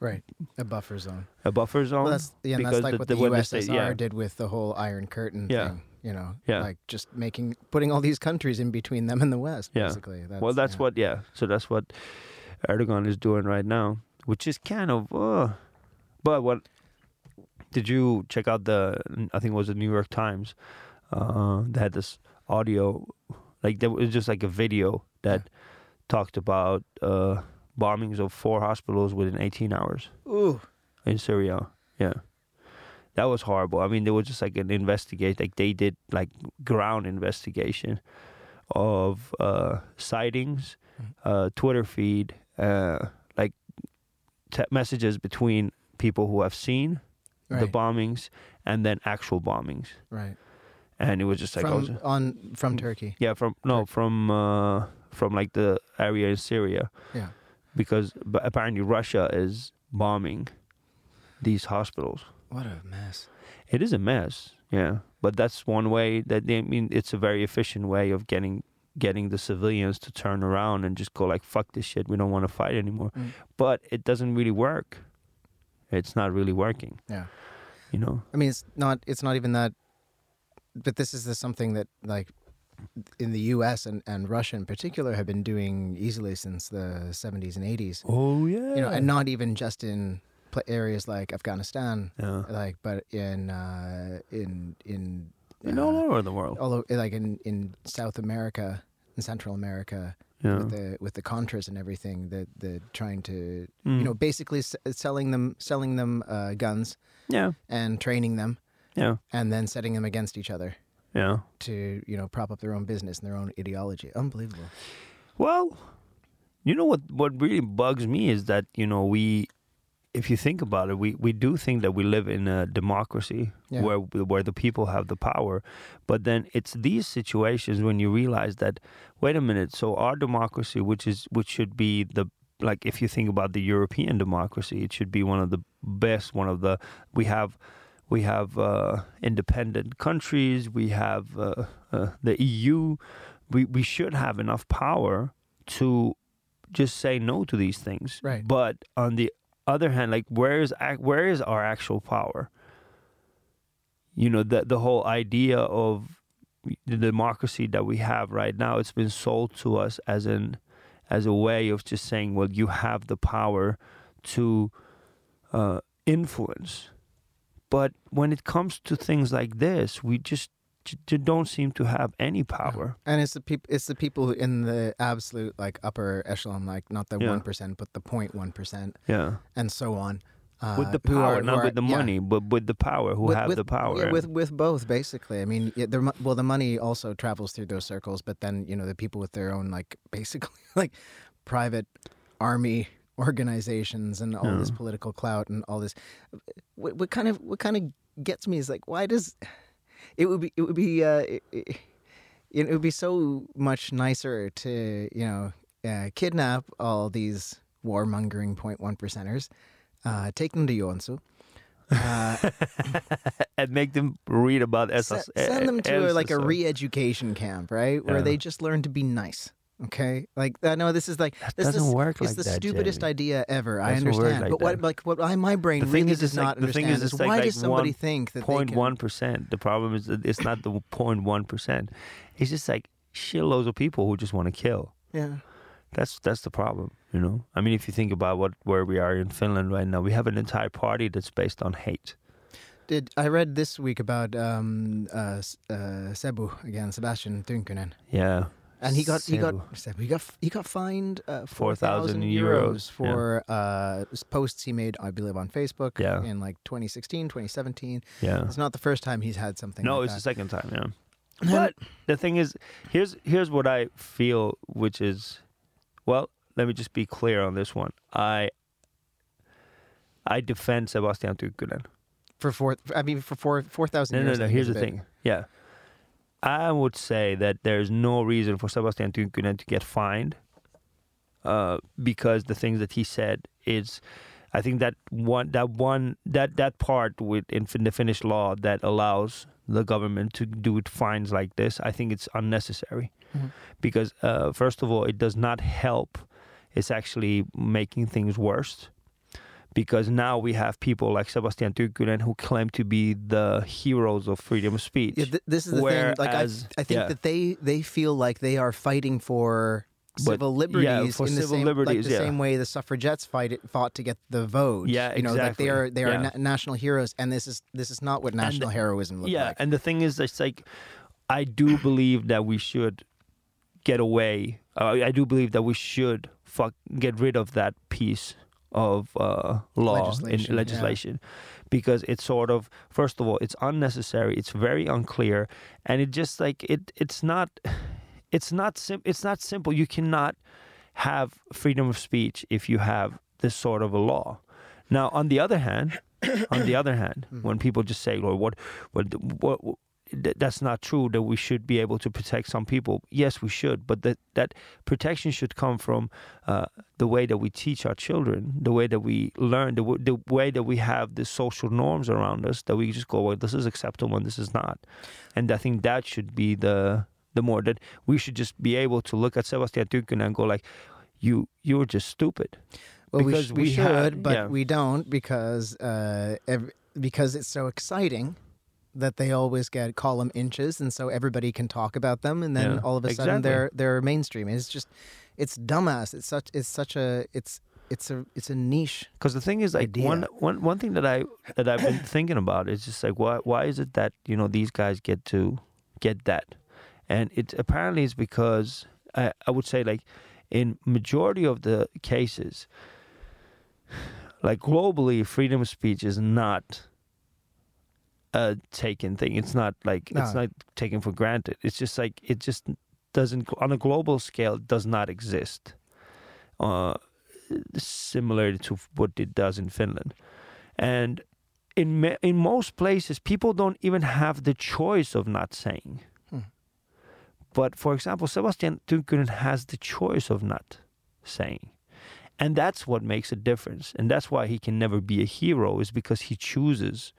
Right. A buffer zone. a buffer zone. Well, that's yeah, and that's because like the- what the the, witness USSR state- yeah. did with the whole Iron Curtain Yeah. thing. You know, Yeah. like just making putting all these countries in between them and the West. Yeah. Basically. That's, well, that's yeah. what, yeah. So that's what Erdogan is doing right now, which is kind of, uh, but what did you check out the? I think it was the New York Times. Uh, they had this audio, like there was just like a video that talked about uh, bombings of four hospitals within 18 hours Ooh. in Syria. Yeah. That was horrible. I mean, there was just like an investigate, like they did like ground investigation of uh, sightings, Mhm. uh, Twitter feed, uh, like te- messages between people who have seen Right. the bombings and then actual bombings. right. And it was just like, I was- From on from Turkey. yeah, from no, from uh, from like the area in Syria Yeah. because b- apparently Russia is bombing these hospitals. What a mess. It is a mess, yeah. But that's one way that they I mean it's a very efficient way of getting getting the civilians to turn around and just go like fuck this shit, we don't want to fight anymore. Mm. But it doesn't really work. It's not really working, Yeah. you know. I mean, it's not. It's not even that. But this is the, something that, like, in the U.S. and and Russia in particular, have been doing easily since the '70s and '80s. Oh yeah. You know, and not even just in pla areas like Afghanistan, yeah. like, but in uh, in in And uh, all over the world. all o- like in in South America and Central America yeah. with the with the Contras and everything that the trying to Mm. you know basically s- selling them selling them uh, guns Yeah. and training them Yeah. and then setting them against each other Yeah. to you know prop up their own business and their own ideology. Unbelievable. Well, you know what what really bugs me is that, you know, we if you think about it, we, we do think that we live in a democracy Yeah. where where the people have the power, but then it's these situations when you realize that wait a minute, so our democracy, which is which should be the like if you think about the European democracy, it should be one of the best, one of the we have we have uh, independent countries, we have uh, uh, the EU, we we should have enough power to just say no to these things. Right. But on the other hand, like where is ac- where is our actual power? You know, the the whole idea of the democracy that we have right now, it's been sold to us as an as a way of just saying, well, you have the power to uh, influence. But when it comes to things like this, we just j- j- don't seem to have any power. And it's the people it's the people in the absolute like upper echelon, like not the Yeah. one percent, but the point one percent, Yeah. and so on. Uh, with the who power, are- who not are- with the yeah. money, but with the power, who With- have with- the power. yeah, with with both basically. I mean, yeah, their, mo- well, the money also travels through those circles, but then you know the people with their own like basically like private army organizations and all this Yeah. political clout and all this. What, what kind of what kind of gets me is like why does it would be it would be uh, it, it, it would be so much nicer to you know uh, kidnap all these warmongering point one percenters, uh, take them to Yonsu. Uh, and make them read about Se- SS. send them to a, like a SSR. re-education camp, right? Where Yeah. they just learn to be nice. Okay, like I know this is like That this doesn't is, work it's like the that, stupidest Jamie. idea ever. I Doesn't work understand, like but what that. like what I, my brain The thing really is, does it's like- not the thing understand is, it's like- why like does somebody one think that they Point can, one percent. The problem is that it's not the point one percent. It's just like shitloads of people who just want to kill. Yeah, That's that's the problem, you know. I mean, if you think about what where we are in Finland right now, we have an entire party that's based on hate. did I read this week about um uh, S- uh Cebu again, Sebastian Tunkunen, Yeah, and he got he got Cebu, he got f- he got fined uh, 4,000 four thousand euros, euros for uh posts he made, I believe, on Facebook Yeah. in like 2016, 2017. yeah. It's not the first time he's had something. No, like it's that. the second time. Yeah. And- But the thing is, here's here's what I feel, which is, well, let me just be clear on this one. I I defend Sebastian Tukunen. for four. I mean, for four four thousand. No, no, years, I no. think Here's is the a bit- thing. Yeah, I would say that there's no reason for Sebastian Tukunen to get fined, uh, because the things that he said is, I think that one that one that that part with in fin- the Finnish law that allows the government to do fines like this, I think it's unnecessary Mhm. because uh, first of all, it does not help. It's actually making things worse because now we have people like Sebastian Turkunen who claim to be the heroes of freedom of speech. Yeah, th- this is the Whereas, thing. Like I, I think yeah. that they they feel like they are fighting for But- civil liberties for in the, civil same, like liberties, the yeah. same way the suffragettes fight it, fought to get the vote. Yeah, you know, like exactly. they are they are Yeah. na- national heroes, and this is this is not what national heroism looks yeah, like. and the thing is, it's like I do believe that we should get away. Uh, I do believe that we should fuck get rid of that piece of uh, law Legislation, in yeah. legislation because it's sort of first of all it's unnecessary it's very unclear and it just like it it's not it's not sim- it's not simple you cannot have freedom of speech if you have this sort of a law now on the other hand on the other hand Hmm. when people just say well what what, what th- that's not true that we should be able to protect some people yes we should but that that protection should come from uh, the way that we teach our children the way that we learn the, w- the way that we have the social norms around us that we just go well this is acceptable and this is not and i think that should be the the more that we should just be able to look at sebastian Tukin and go like you you're just stupid Well, we, because sh- we, we should, had- but yeah. we don't because uh, ev- because it's so exciting that they always get column inches, and so everybody can talk about them, and then Yeah, all of a sudden exactly. they're they're mainstream. It's just it's dumbass. It's such it's such a it's it's a it's a niche. Because the thing is, like idea. one, one, one thing that I that I've been thinking about is just like why why is it that you know these guys get to get that, and it apparently is because I I would say like in majority of the cases, like globally, freedom of speech is not a taken thing. It's not like it's No. not taken for granted. It's just like it just doesn't on a global scale it does not exist. Uh, similar to what it does in Finland. And in ma- in most places, people don't even have the choice of not saying. Hmm. But for example, Sebastian Tunkunen has the choice of not saying. And that's what makes a difference. And that's why he can never be a hero, is because he chooses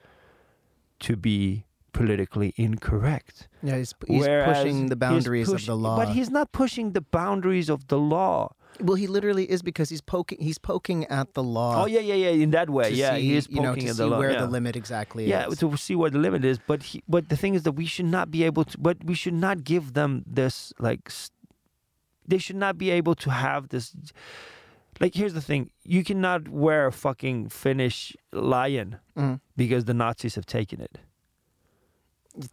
to be politically incorrect. Yeah, he's, he's Whereas pushing the he's boundaries of push- the law. But he's not pushing the boundaries of the law. well, he literally is because he's poking he's poking at the law. Oh yeah, yeah, yeah. In that way, to yeah, see, he is you know, poking to at see the law. where yeah. the limit exactly yeah, is. to see where the limit is. But he, but the thing is that we should not be able to. But we should not give them this like. s- They should not be able to have this. Like, here's the thing: you cannot wear a fucking Finnish lion Mm. because the Nazis have taken it.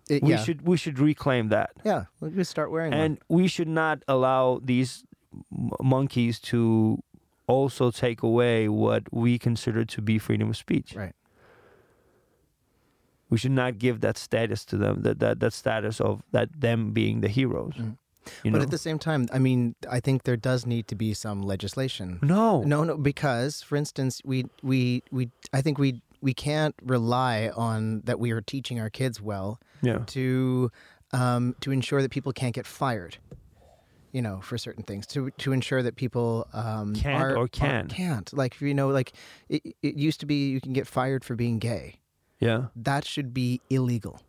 It- We yeah. should we should reclaim that. yeah, we could start wearing one. And we should not allow these m- monkeys to also take away what we consider to be freedom of speech. Right. We should not give that status to them, that that, that status of that them being the heroes. Mm. You but know? at the same time, I mean, I think there does need to be some legislation. no. No, no, because for instance, we we we I think we we can't rely on that we are teaching our kids well Yeah. to um, to ensure that people can't get fired. You know, for certain things, to to ensure that people um, Can't are- or are- can? can't like you know like it, it used to be you can get fired for being gay. Yeah. That should be illegal.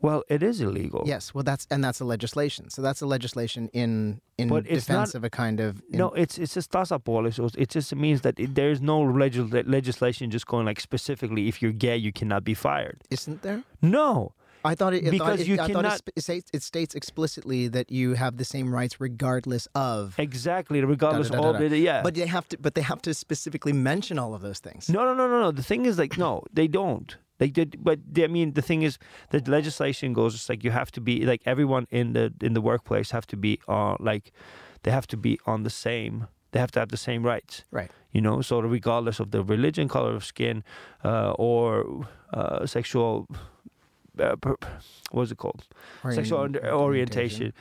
Well, it is illegal. Yes, well that's and that's a legislation. So that's a legislation in in But it's defense not- of a kind of in- No, it's it's just tasapuolis. or It just means that it, there is no legis- legislation just going like specifically if you're gay you cannot be fired. isn't there? No, I thought it I thought Because it, you I cannot- thought it, sp- it, states, it states explicitly that you have the same rights regardless of. exactly. Regardless da, da, of da. it, yeah. But they have to. But they have to specifically mention all of those things. No, no, no, no, no. The thing is, like, no, they don't. They did, but they, I mean, the thing is, the legislation goes it's like you have to be like everyone in the in the workplace have to be uh like they have to be on the same. They have to have the same rights, Right. you know. So regardless of their religion, color of skin, uh, or uh, sexual, uh, per, what's it called? sexual Orient- orientation. orientation.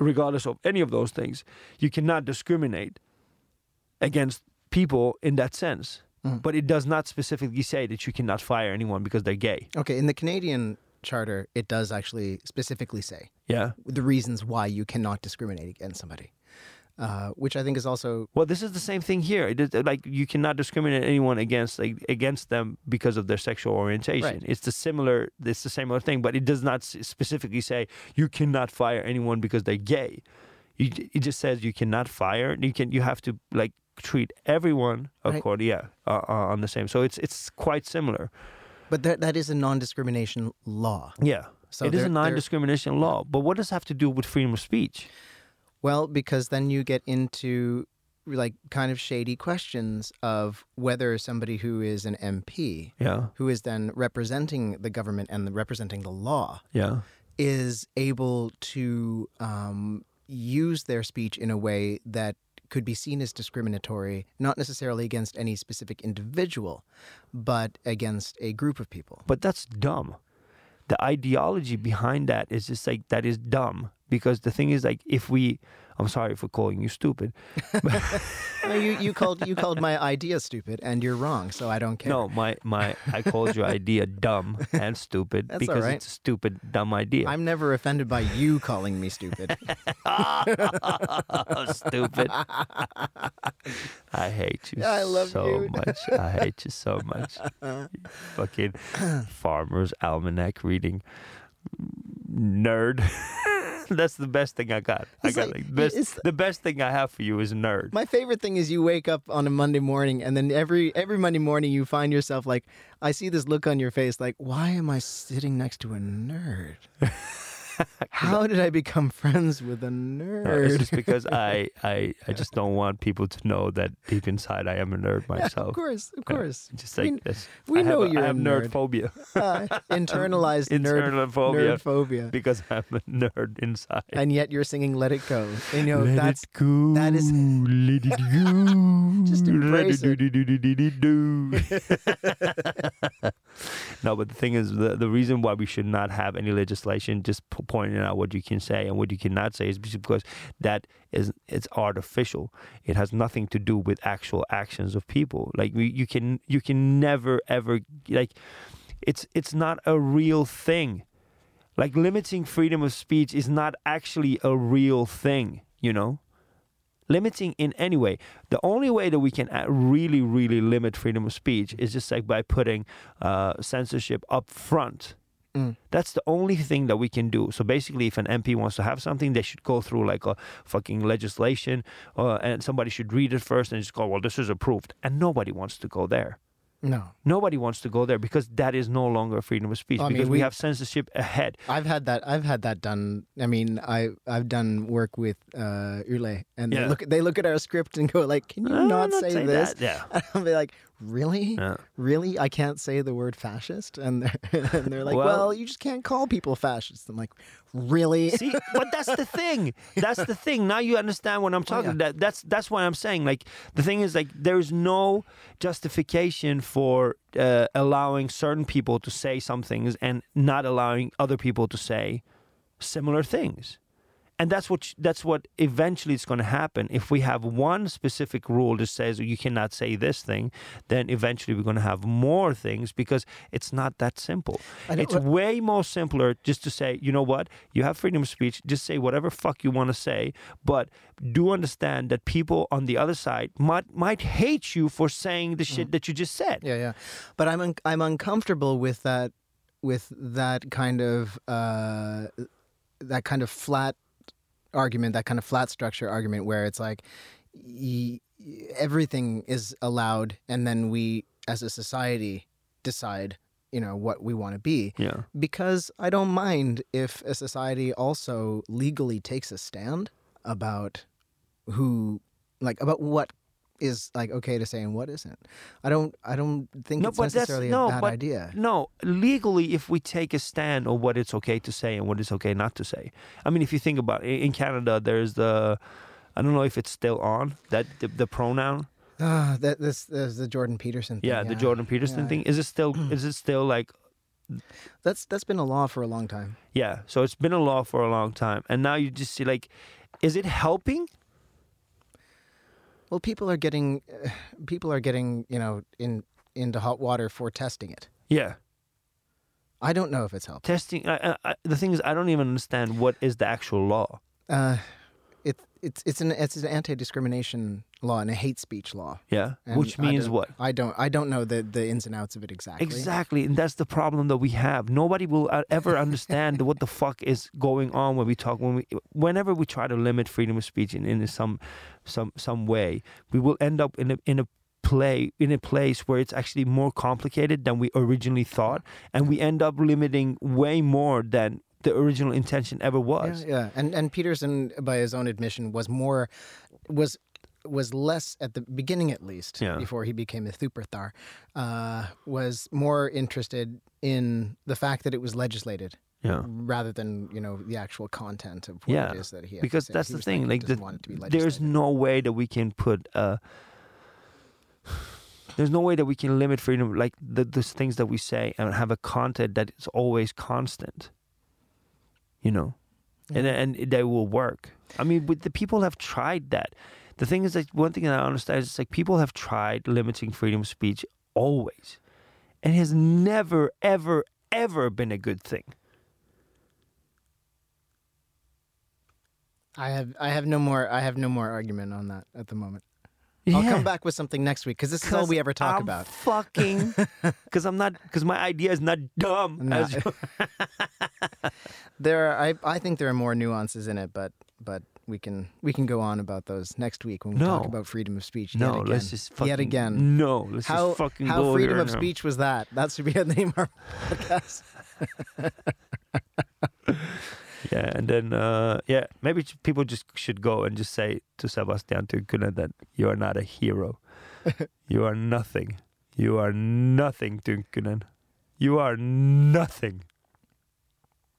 Regardless of any of those things, you cannot discriminate against people in that sense. Mm. But it does not specifically say that you cannot fire anyone because they're gay. Okay, in the Canadian charter, it does actually specifically say Yeah. the reasons why you cannot discriminate against somebody. uh, which I think is also Well, this is the same thing here. It is, like you cannot discriminate anyone against like, against them because of their sexual orientation. Right. It's the similar. It's the similar thing, but it does not s- specifically say you cannot fire anyone because they're gay. You, it just says you cannot fire. You can. You have to like treat everyone Right. according. Yeah, uh, uh, on the same. So it's it's quite similar. but that that is a non-discrimination law. Yeah. So it is a there- there- non-discrimination law, but what does it have to do with freedom of speech? Well, because then you get into like kind of shady questions of whether somebody who is an MP, Yeah, who is then representing the government and the, representing the law, yeah, is able to um, use their speech in a way that could be seen as discriminatory, not necessarily against any specific individual, but against a group of people. but that's dumb. The ideology behind that is just like that is dumb because the thing is like if we, I'm sorry for calling you stupid. No, you, you called you called my idea stupid, and you're wrong, so I don't care. No, my my I called your idea dumb and stupid That's all because right. it's a stupid dumb idea. I'm never offended by you calling me stupid. stupid. I hate you. I love so you. much. I hate you so much. Fucking farmer's almanac reading nerd. That's the best thing I got. I It's got like- like, best, it's- the best thing I have for you is nerd. My favorite thing is you wake up on a Monday morning, and then every every Monday morning you find yourself like, I see this look on your face, like, why am I sitting next to a nerd? How did I become friends with a No, Uh, it's nerd? just because I, I I just don't want people to know that deep inside I am a nerd myself. of course, of Yeah. course. Just We- like this. I we have know a- I you're a have nerd. phobia. Uh, internalized nerd Internal phobia. nerd phobia, because I'm a nerd inside. and yet you're singing "Let It Go." You know that's it go. that is- let it go. Just embrace it. it. no, but the thing is, the, the reason why we should not have any legislation just p- pointing out what you can say and what you cannot say is because that is it's artificial. It has nothing to do with actual actions of people. Like we, you can you can never ever like it's it's not a real thing like limiting freedom of speech is not actually a real thing you know limiting in any way the only way that we can a- really really limit freedom of speech is just like by putting uh, censorship up front Mm. that's the only thing that we can do. So basically, if an MP wants to have something, they should go through like a fucking legislation, uh, and somebody should read it first and just go, "Well, this is approved," and nobody wants to go there. no. Nobody wants to go there because that is no longer freedom of speech I mean, because we- we have censorship ahead. I've had that. I've had that done. I mean, I I've done work with uh, Ule, and they Yeah. look they look at our script and go like, "Can you Uh, not say, this?" That. Yeah. And I'll be like, "Really, Yeah. really? I can't say the word fascist," and they're, and they're like, well, Well- you just can't call people fascists." I'm like, "Really?" See, but that's the thing. That's the thing. Now you understand what I'm talking Oh, that yeah. that's that's what I'm saying. Like the thing is like there is no justification for uh, allowing certain people to say some things and not allowing other people to say similar things. And that's what that's what eventually is going to happen. If we have one specific rule that says you cannot say this thing, then eventually we're going to have more things because it's not that simple. I know, It's but- way more simpler just to say, you know what, you have freedom of speech. Just say whatever fuck you want to say, but do understand that people on the other side might might hate you for saying the shit that you just said. Yeah, yeah. But I'm un- I'm uncomfortable with that with that kind of uh, that kind of flat argument, that kind of flat structure argument where it's like y- y- everything is allowed, and then we as a society decide you know what we want to be Yeah. because I don't mind if a society also legally takes a stand about who like about what is like okay to say and what isn't. I don't I don't think No, it's but that's- necessarily no, a bad but- idea. No, legally, if we take a stand on what it's okay to say and what it's okay not to say. I mean, if you think about it, in Canada, there's the, I don't know if it's still on, that the, the pronoun. Ah, that this there's the Jordan Peterson thing. Yeah, the Jordan Peterson yeah. thing. Is it still, is it still like That's that's been a law for a long time. Yeah, so it's been a law for a long time, and now you just see like, is it helping? Well, people are getting uh, people are getting, you know, in into hot water for testing it. Yeah, I don't know if it's helped. testing. I, I, I, the thing is, I don't even understand what is the actual law. Uh it, it's it's an it's an anti discrimination law and a hate speech law. Yeah. And Which I means don't- what? I don't I don't know the the ins and outs of it exactly. Exactly, and that's the problem that we have. Nobody will uh, ever understand what the fuck is going on when we talk. When we, whenever we try to limit freedom of speech in, in some, some, some way, we will end up in a in a play in a place where it's actually more complicated than we originally thought, and we end up limiting way more than the original intention ever Yeah, was. yeah. And and Peterson, by his own admission, was more was was less at the beginning at least Yeah. before he became a superstar uh, was more interested in the fact that it was legislated Yeah. rather than you know the actual content of what Yeah, it is that he had to because say. that's He the was thing. he Like doesn't the- want it to be there's legislated. no way that we can put uh there's no way that we can limit freedom like the, the things that we say and have a content that is always constant you know and and they will work i mean but the people have tried that the thing is that one thing that i understand is like people have tried limiting freedom of speech always and it has never ever ever been a good thing I have I have no more I have no more argument on that at the moment. I'll Yeah. come back with something next week because this is all 'Cause we ever talk I'm about. Fucking, because I'm not, because my idea is not dumb. No. as you- There, are, I I think there are more nuances in it, but but we can we can go on about those next week when we talk No. about freedom of speech. no, yet again. let's just fucking. yet again. No, let's How just fucking how go freedom here of now. speech was that? That should be the name of our podcast. Yeah, and then uh, yeah, maybe j- people just should go and just say to Sebastian to Gunnar that you are not a hero. you are nothing. You are nothing, Tunkunen. You are nothing.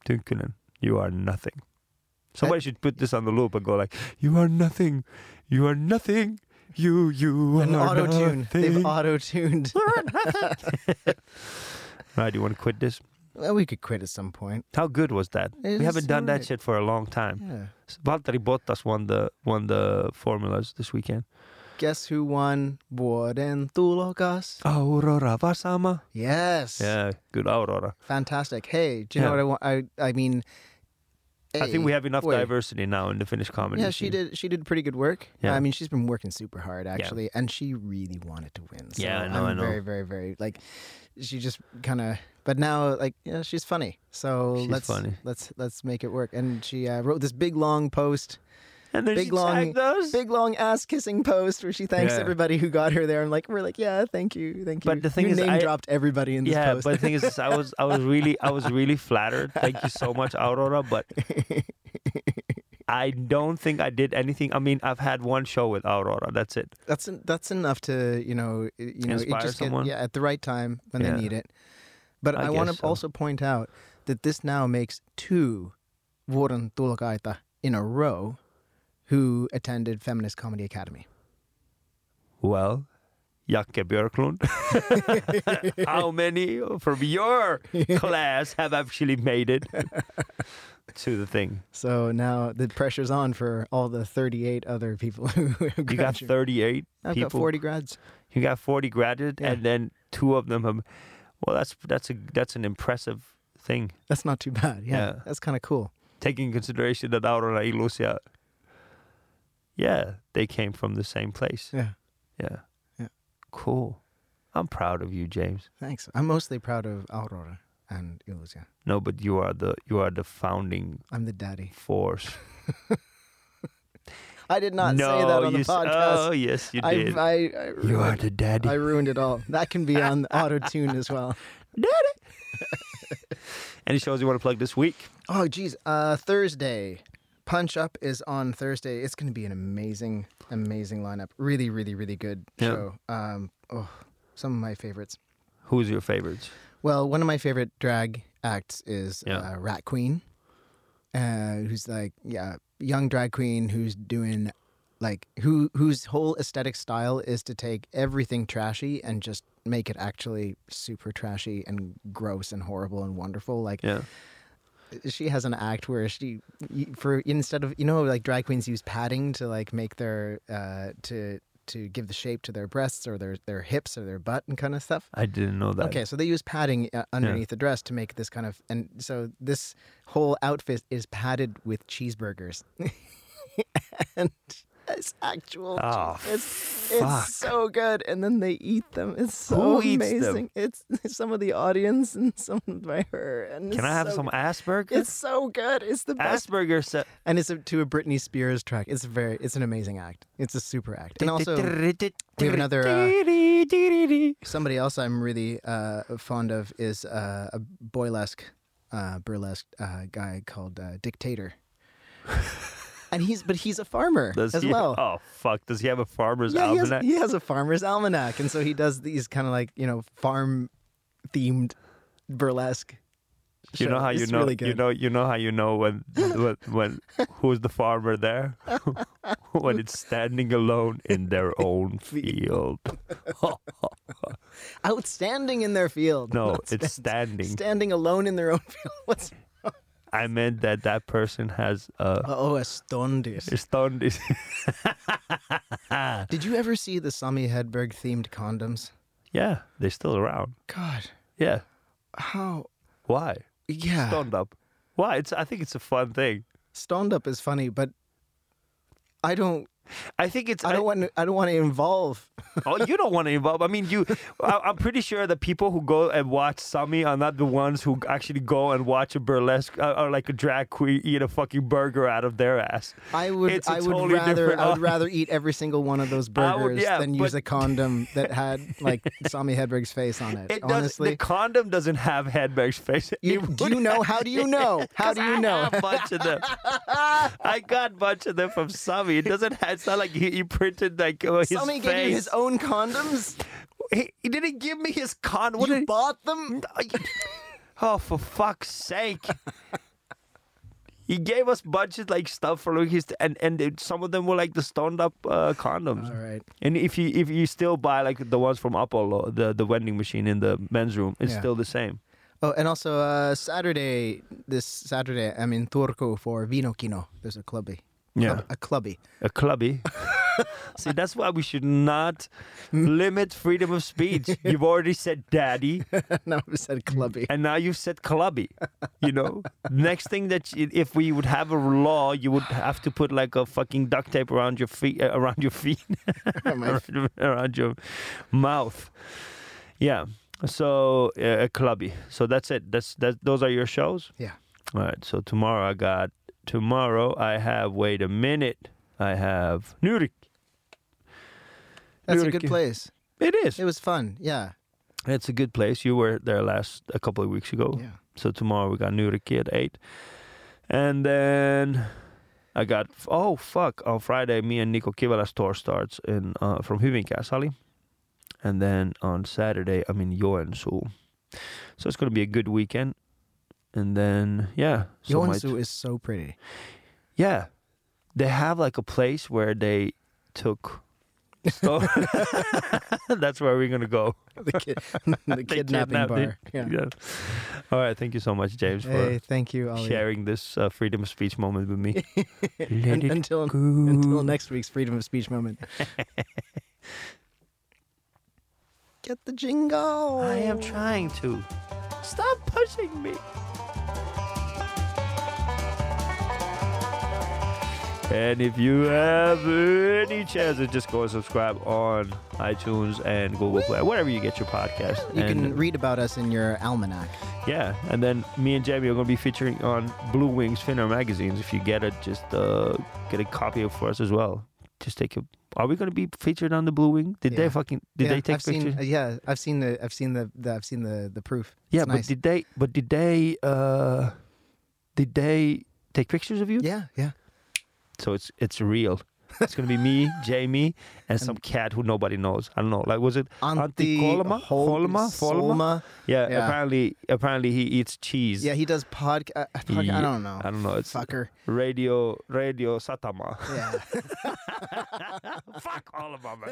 Tunkunen, you are nothing. Somebody should put this on the loop and go like, "You are nothing. You are nothing. You you An are auto tune. They've nothing." auto tuned. Right, do you want to quit this? well, we could quit at some point. How good was that? It's we haven't done that alright. shit for a long time. Yeah. Valtteri Bottas won the won the formulas this weekend. Guess who won? Vuoden tulokas. Aurora Vasama. Yes. Yeah, good Aurora. Fantastic. Hey, do you Yeah. know what I want? I I mean, I think we have enough wait. diversity now in the Finnish comedy. Yeah, she scene. did. She did pretty good work. Yeah. I mean, she's been working super hard actually, and she really wanted to win. So Yeah, I know, I am know. Very, very, very. Like, she just kind of. But now, like, yeah, she's funny. So She's let's funny. let's let's make it work. And she uh, wrote this big long post, And then big she long- tagged us. big long ass kissing post where she thanks Yeah. everybody who got her there. I'm like, we're like, yeah, thank you, thank you. But the thing you is, name I- dropped everybody in this yeah, post. but the thing is, this, I was I was really I was really flattered. Thank you so much, Aurora. But I don't think I did anything. I mean, I've had one show with Aurora. That's it. that's en- that's enough to you know i- you know Inspire it just someone? Get, yeah at the right time when Yeah. they need it. But I I, want to guess so. also point out that this now makes two vuoden tulkaita in a row who attended Feminist Comedy Academy. Well, Jakke Björklund. How many from your class have actually made it to the thing? So now the pressure's on for all the 38 other people who have You got graduated. 38 I've people. got 40 grads. You got 40 graduates, and then two of them have. Well, that's that's a that's an impressive thing. That's not too bad. Yeah, Yeah. that's kind of cool. Taking into consideration that Aurora and Lucia, yeah, they came from the same place. Yeah, Yeah. Yeah. Cool. I'm proud of you, James. thanks. I'm mostly proud of Aurora and Ilusia. No, but you are the you are the founding I'm the daddy. force. I did not no, say that on you the s- podcast. Oh yes, you I, did. I, I you ruined are the daddy. I ruined it all. That can be on auto tune as well. Any shows you want to plug this week? Oh, geez. Uh, Thursday. Punch Up is on Thursday. It's going to be an amazing, amazing lineup. Really, really, really good Yeah. show. Um, oh, some of my favorites. Who's your favorites? Well, one of my favorite drag acts is Yeah. uh, Rat Queen, uh, who's like, yeah, young drag queen who's doing like who whose whole aesthetic style is to take everything trashy and just make it actually super trashy and gross and horrible and wonderful like Yeah. she has an act where she for instead of you know like drag queens use padding to like make their uh to to give the shape to their breasts or their their hips or their butt and kind of stuff I didn't know that. okay so they use padding uh, underneath the dress to make this kind of and so this whole outfit is padded with cheeseburgers and it's actual. Oh, cheese. it's fuck. it's so good, and then they eat them. It's Who so eats them? amazing. It's some of the audience and some by her. And Can it's I have so some good. Asperger? It's so good. It's the best, Asperger sa- and it's a, to a Britney Spears track. It's very. It's an amazing act. It's a super act, and also. we have another, uh, Somebody else I'm really uh, fond of is uh, a boylesque, uh, burlesque uh, guy called uh, Dictator, and he's but he's a farmer Does as he- well. Oh fuck! Does he have a farmer's yeah, he has, almanac? he has a farmer's almanac, and so he does these kind of like you know farm themed burlesque. you know shows. how you It's know really you good. know you know how you know when when, when who's the farmer there when it's standing alone in their own field. outstanding in their field. No, Not it's stand- standing. standing alone in their own field. What's I meant that that person has a oh astoundis? stunned. Did you ever see the Sami Hedberg themed condoms? yeah, they're still around. God, Yeah, how? why? Yeah, Stunned up. Why? It's I think it's a fun thing. stoned up is funny, but I don't. I think it's I don't want. To, I don't want to involve. oh, you don't want to involve. I mean, you. I, I'm pretty sure the people who go and watch Sami are not the ones who actually go and watch a burlesque uh, or like a drag queen eat a fucking burger out of their ass. I would. It's a I would totally rather. different I would audience. rather eat every single one of those I burgers would- yeah, than use but- a condom that had like Sami Hedberg's face on it. It does. honestly, The condom doesn't have Hedberg's face. You- It do you would know? have- How do you know? How do 'Cause you I know? have a bunch of them. I got a bunch of them from Sami. It doesn't. Have, it's not like he, he printed like uh, his Sami face. gave you his own condoms. he, he didn't give me his condom. What you did- bought them. Oh, for fuck's sake. He gave us bunches like stuff for like his and and it- some of them were like the stoned up uh, condoms. All right. And if you if you still buy like the ones from Apollo, the the vending machine in the men's room, it's Yeah. still the same. Oh, and also uh, Saturday, this Saturday, I'm in Turku for Vino Kino. There's a clubby. Yeah. Club- a clubby. A clubby. See, that's why we should not Mm. limit freedom of speech. You've already said daddy, no, I said clubby. and now you've said clubby. You know, next thing that you- if we would have a law, you would have to put like a fucking duct tape around your feet, uh, around your feet, My- around, around your mouth. Yeah. So uh, a clubby. So that's it. That's that. Those are your shows. Yeah. All right. So tomorrow I got. Tomorrow I have. Wait a minute. I have Nurik. That's a Nurik. good place. It is. It was fun. Yeah. It's a good place. You were there last a couple of weeks ago. Yeah. So tomorrow we got Nuriki at eight, and then I got oh fuck on Friday. Me and Nico Kivala's tour starts in uh, from Hyvinkää Sali, and then on Saturday I'm in Joensuu. So it's gonna be a good weekend, and then yeah, so my- Joensuu is so pretty. yeah, they have like a place where they took. So that's where we're gonna go. The, kid, the kidnapping kidnapped bar. Yeah. Yeah. All right. Thank you so much, James, for Hey, thank you, Oh, Ollie. sharing this uh, freedom of speech moment with me. Let Un- it until go. until next week's freedom of speech moment. Get the jingle. I am trying to. Stop pushing me. And if you have any chance, just go and subscribe on iTunes and Google Play, wherever you get your podcast. You and, can read about us in your almanac. Yeah, and then me and Jamie are gonna be featuring on Blue Wings Finner magazines. If you get it, just uh, get a copy of for us as well. Just take a. Are we gonna be featured on the Blue Wing? Did Yeah. they fucking? Did Yeah, they take I've pictures? Seen, uh, yeah, I've seen the, I've seen the, the I've seen the, the proof. yeah, It's but nice. did they? But did they? Uh, did they take pictures of you? yeah, yeah. So it's it's real. It's gonna be me, Jamie, and some cat who nobody knows. I don't know. Like, was it? Antti Kolma? Hol- Kolma? Folma? Solma. Yeah. Yeah. Apparently, apparently he eats cheese. Yeah, he does podcast. Podca- Yeah, I don't know. I don't know. It's Fucker. radio, radio Satama. Yeah. Fuck all of them.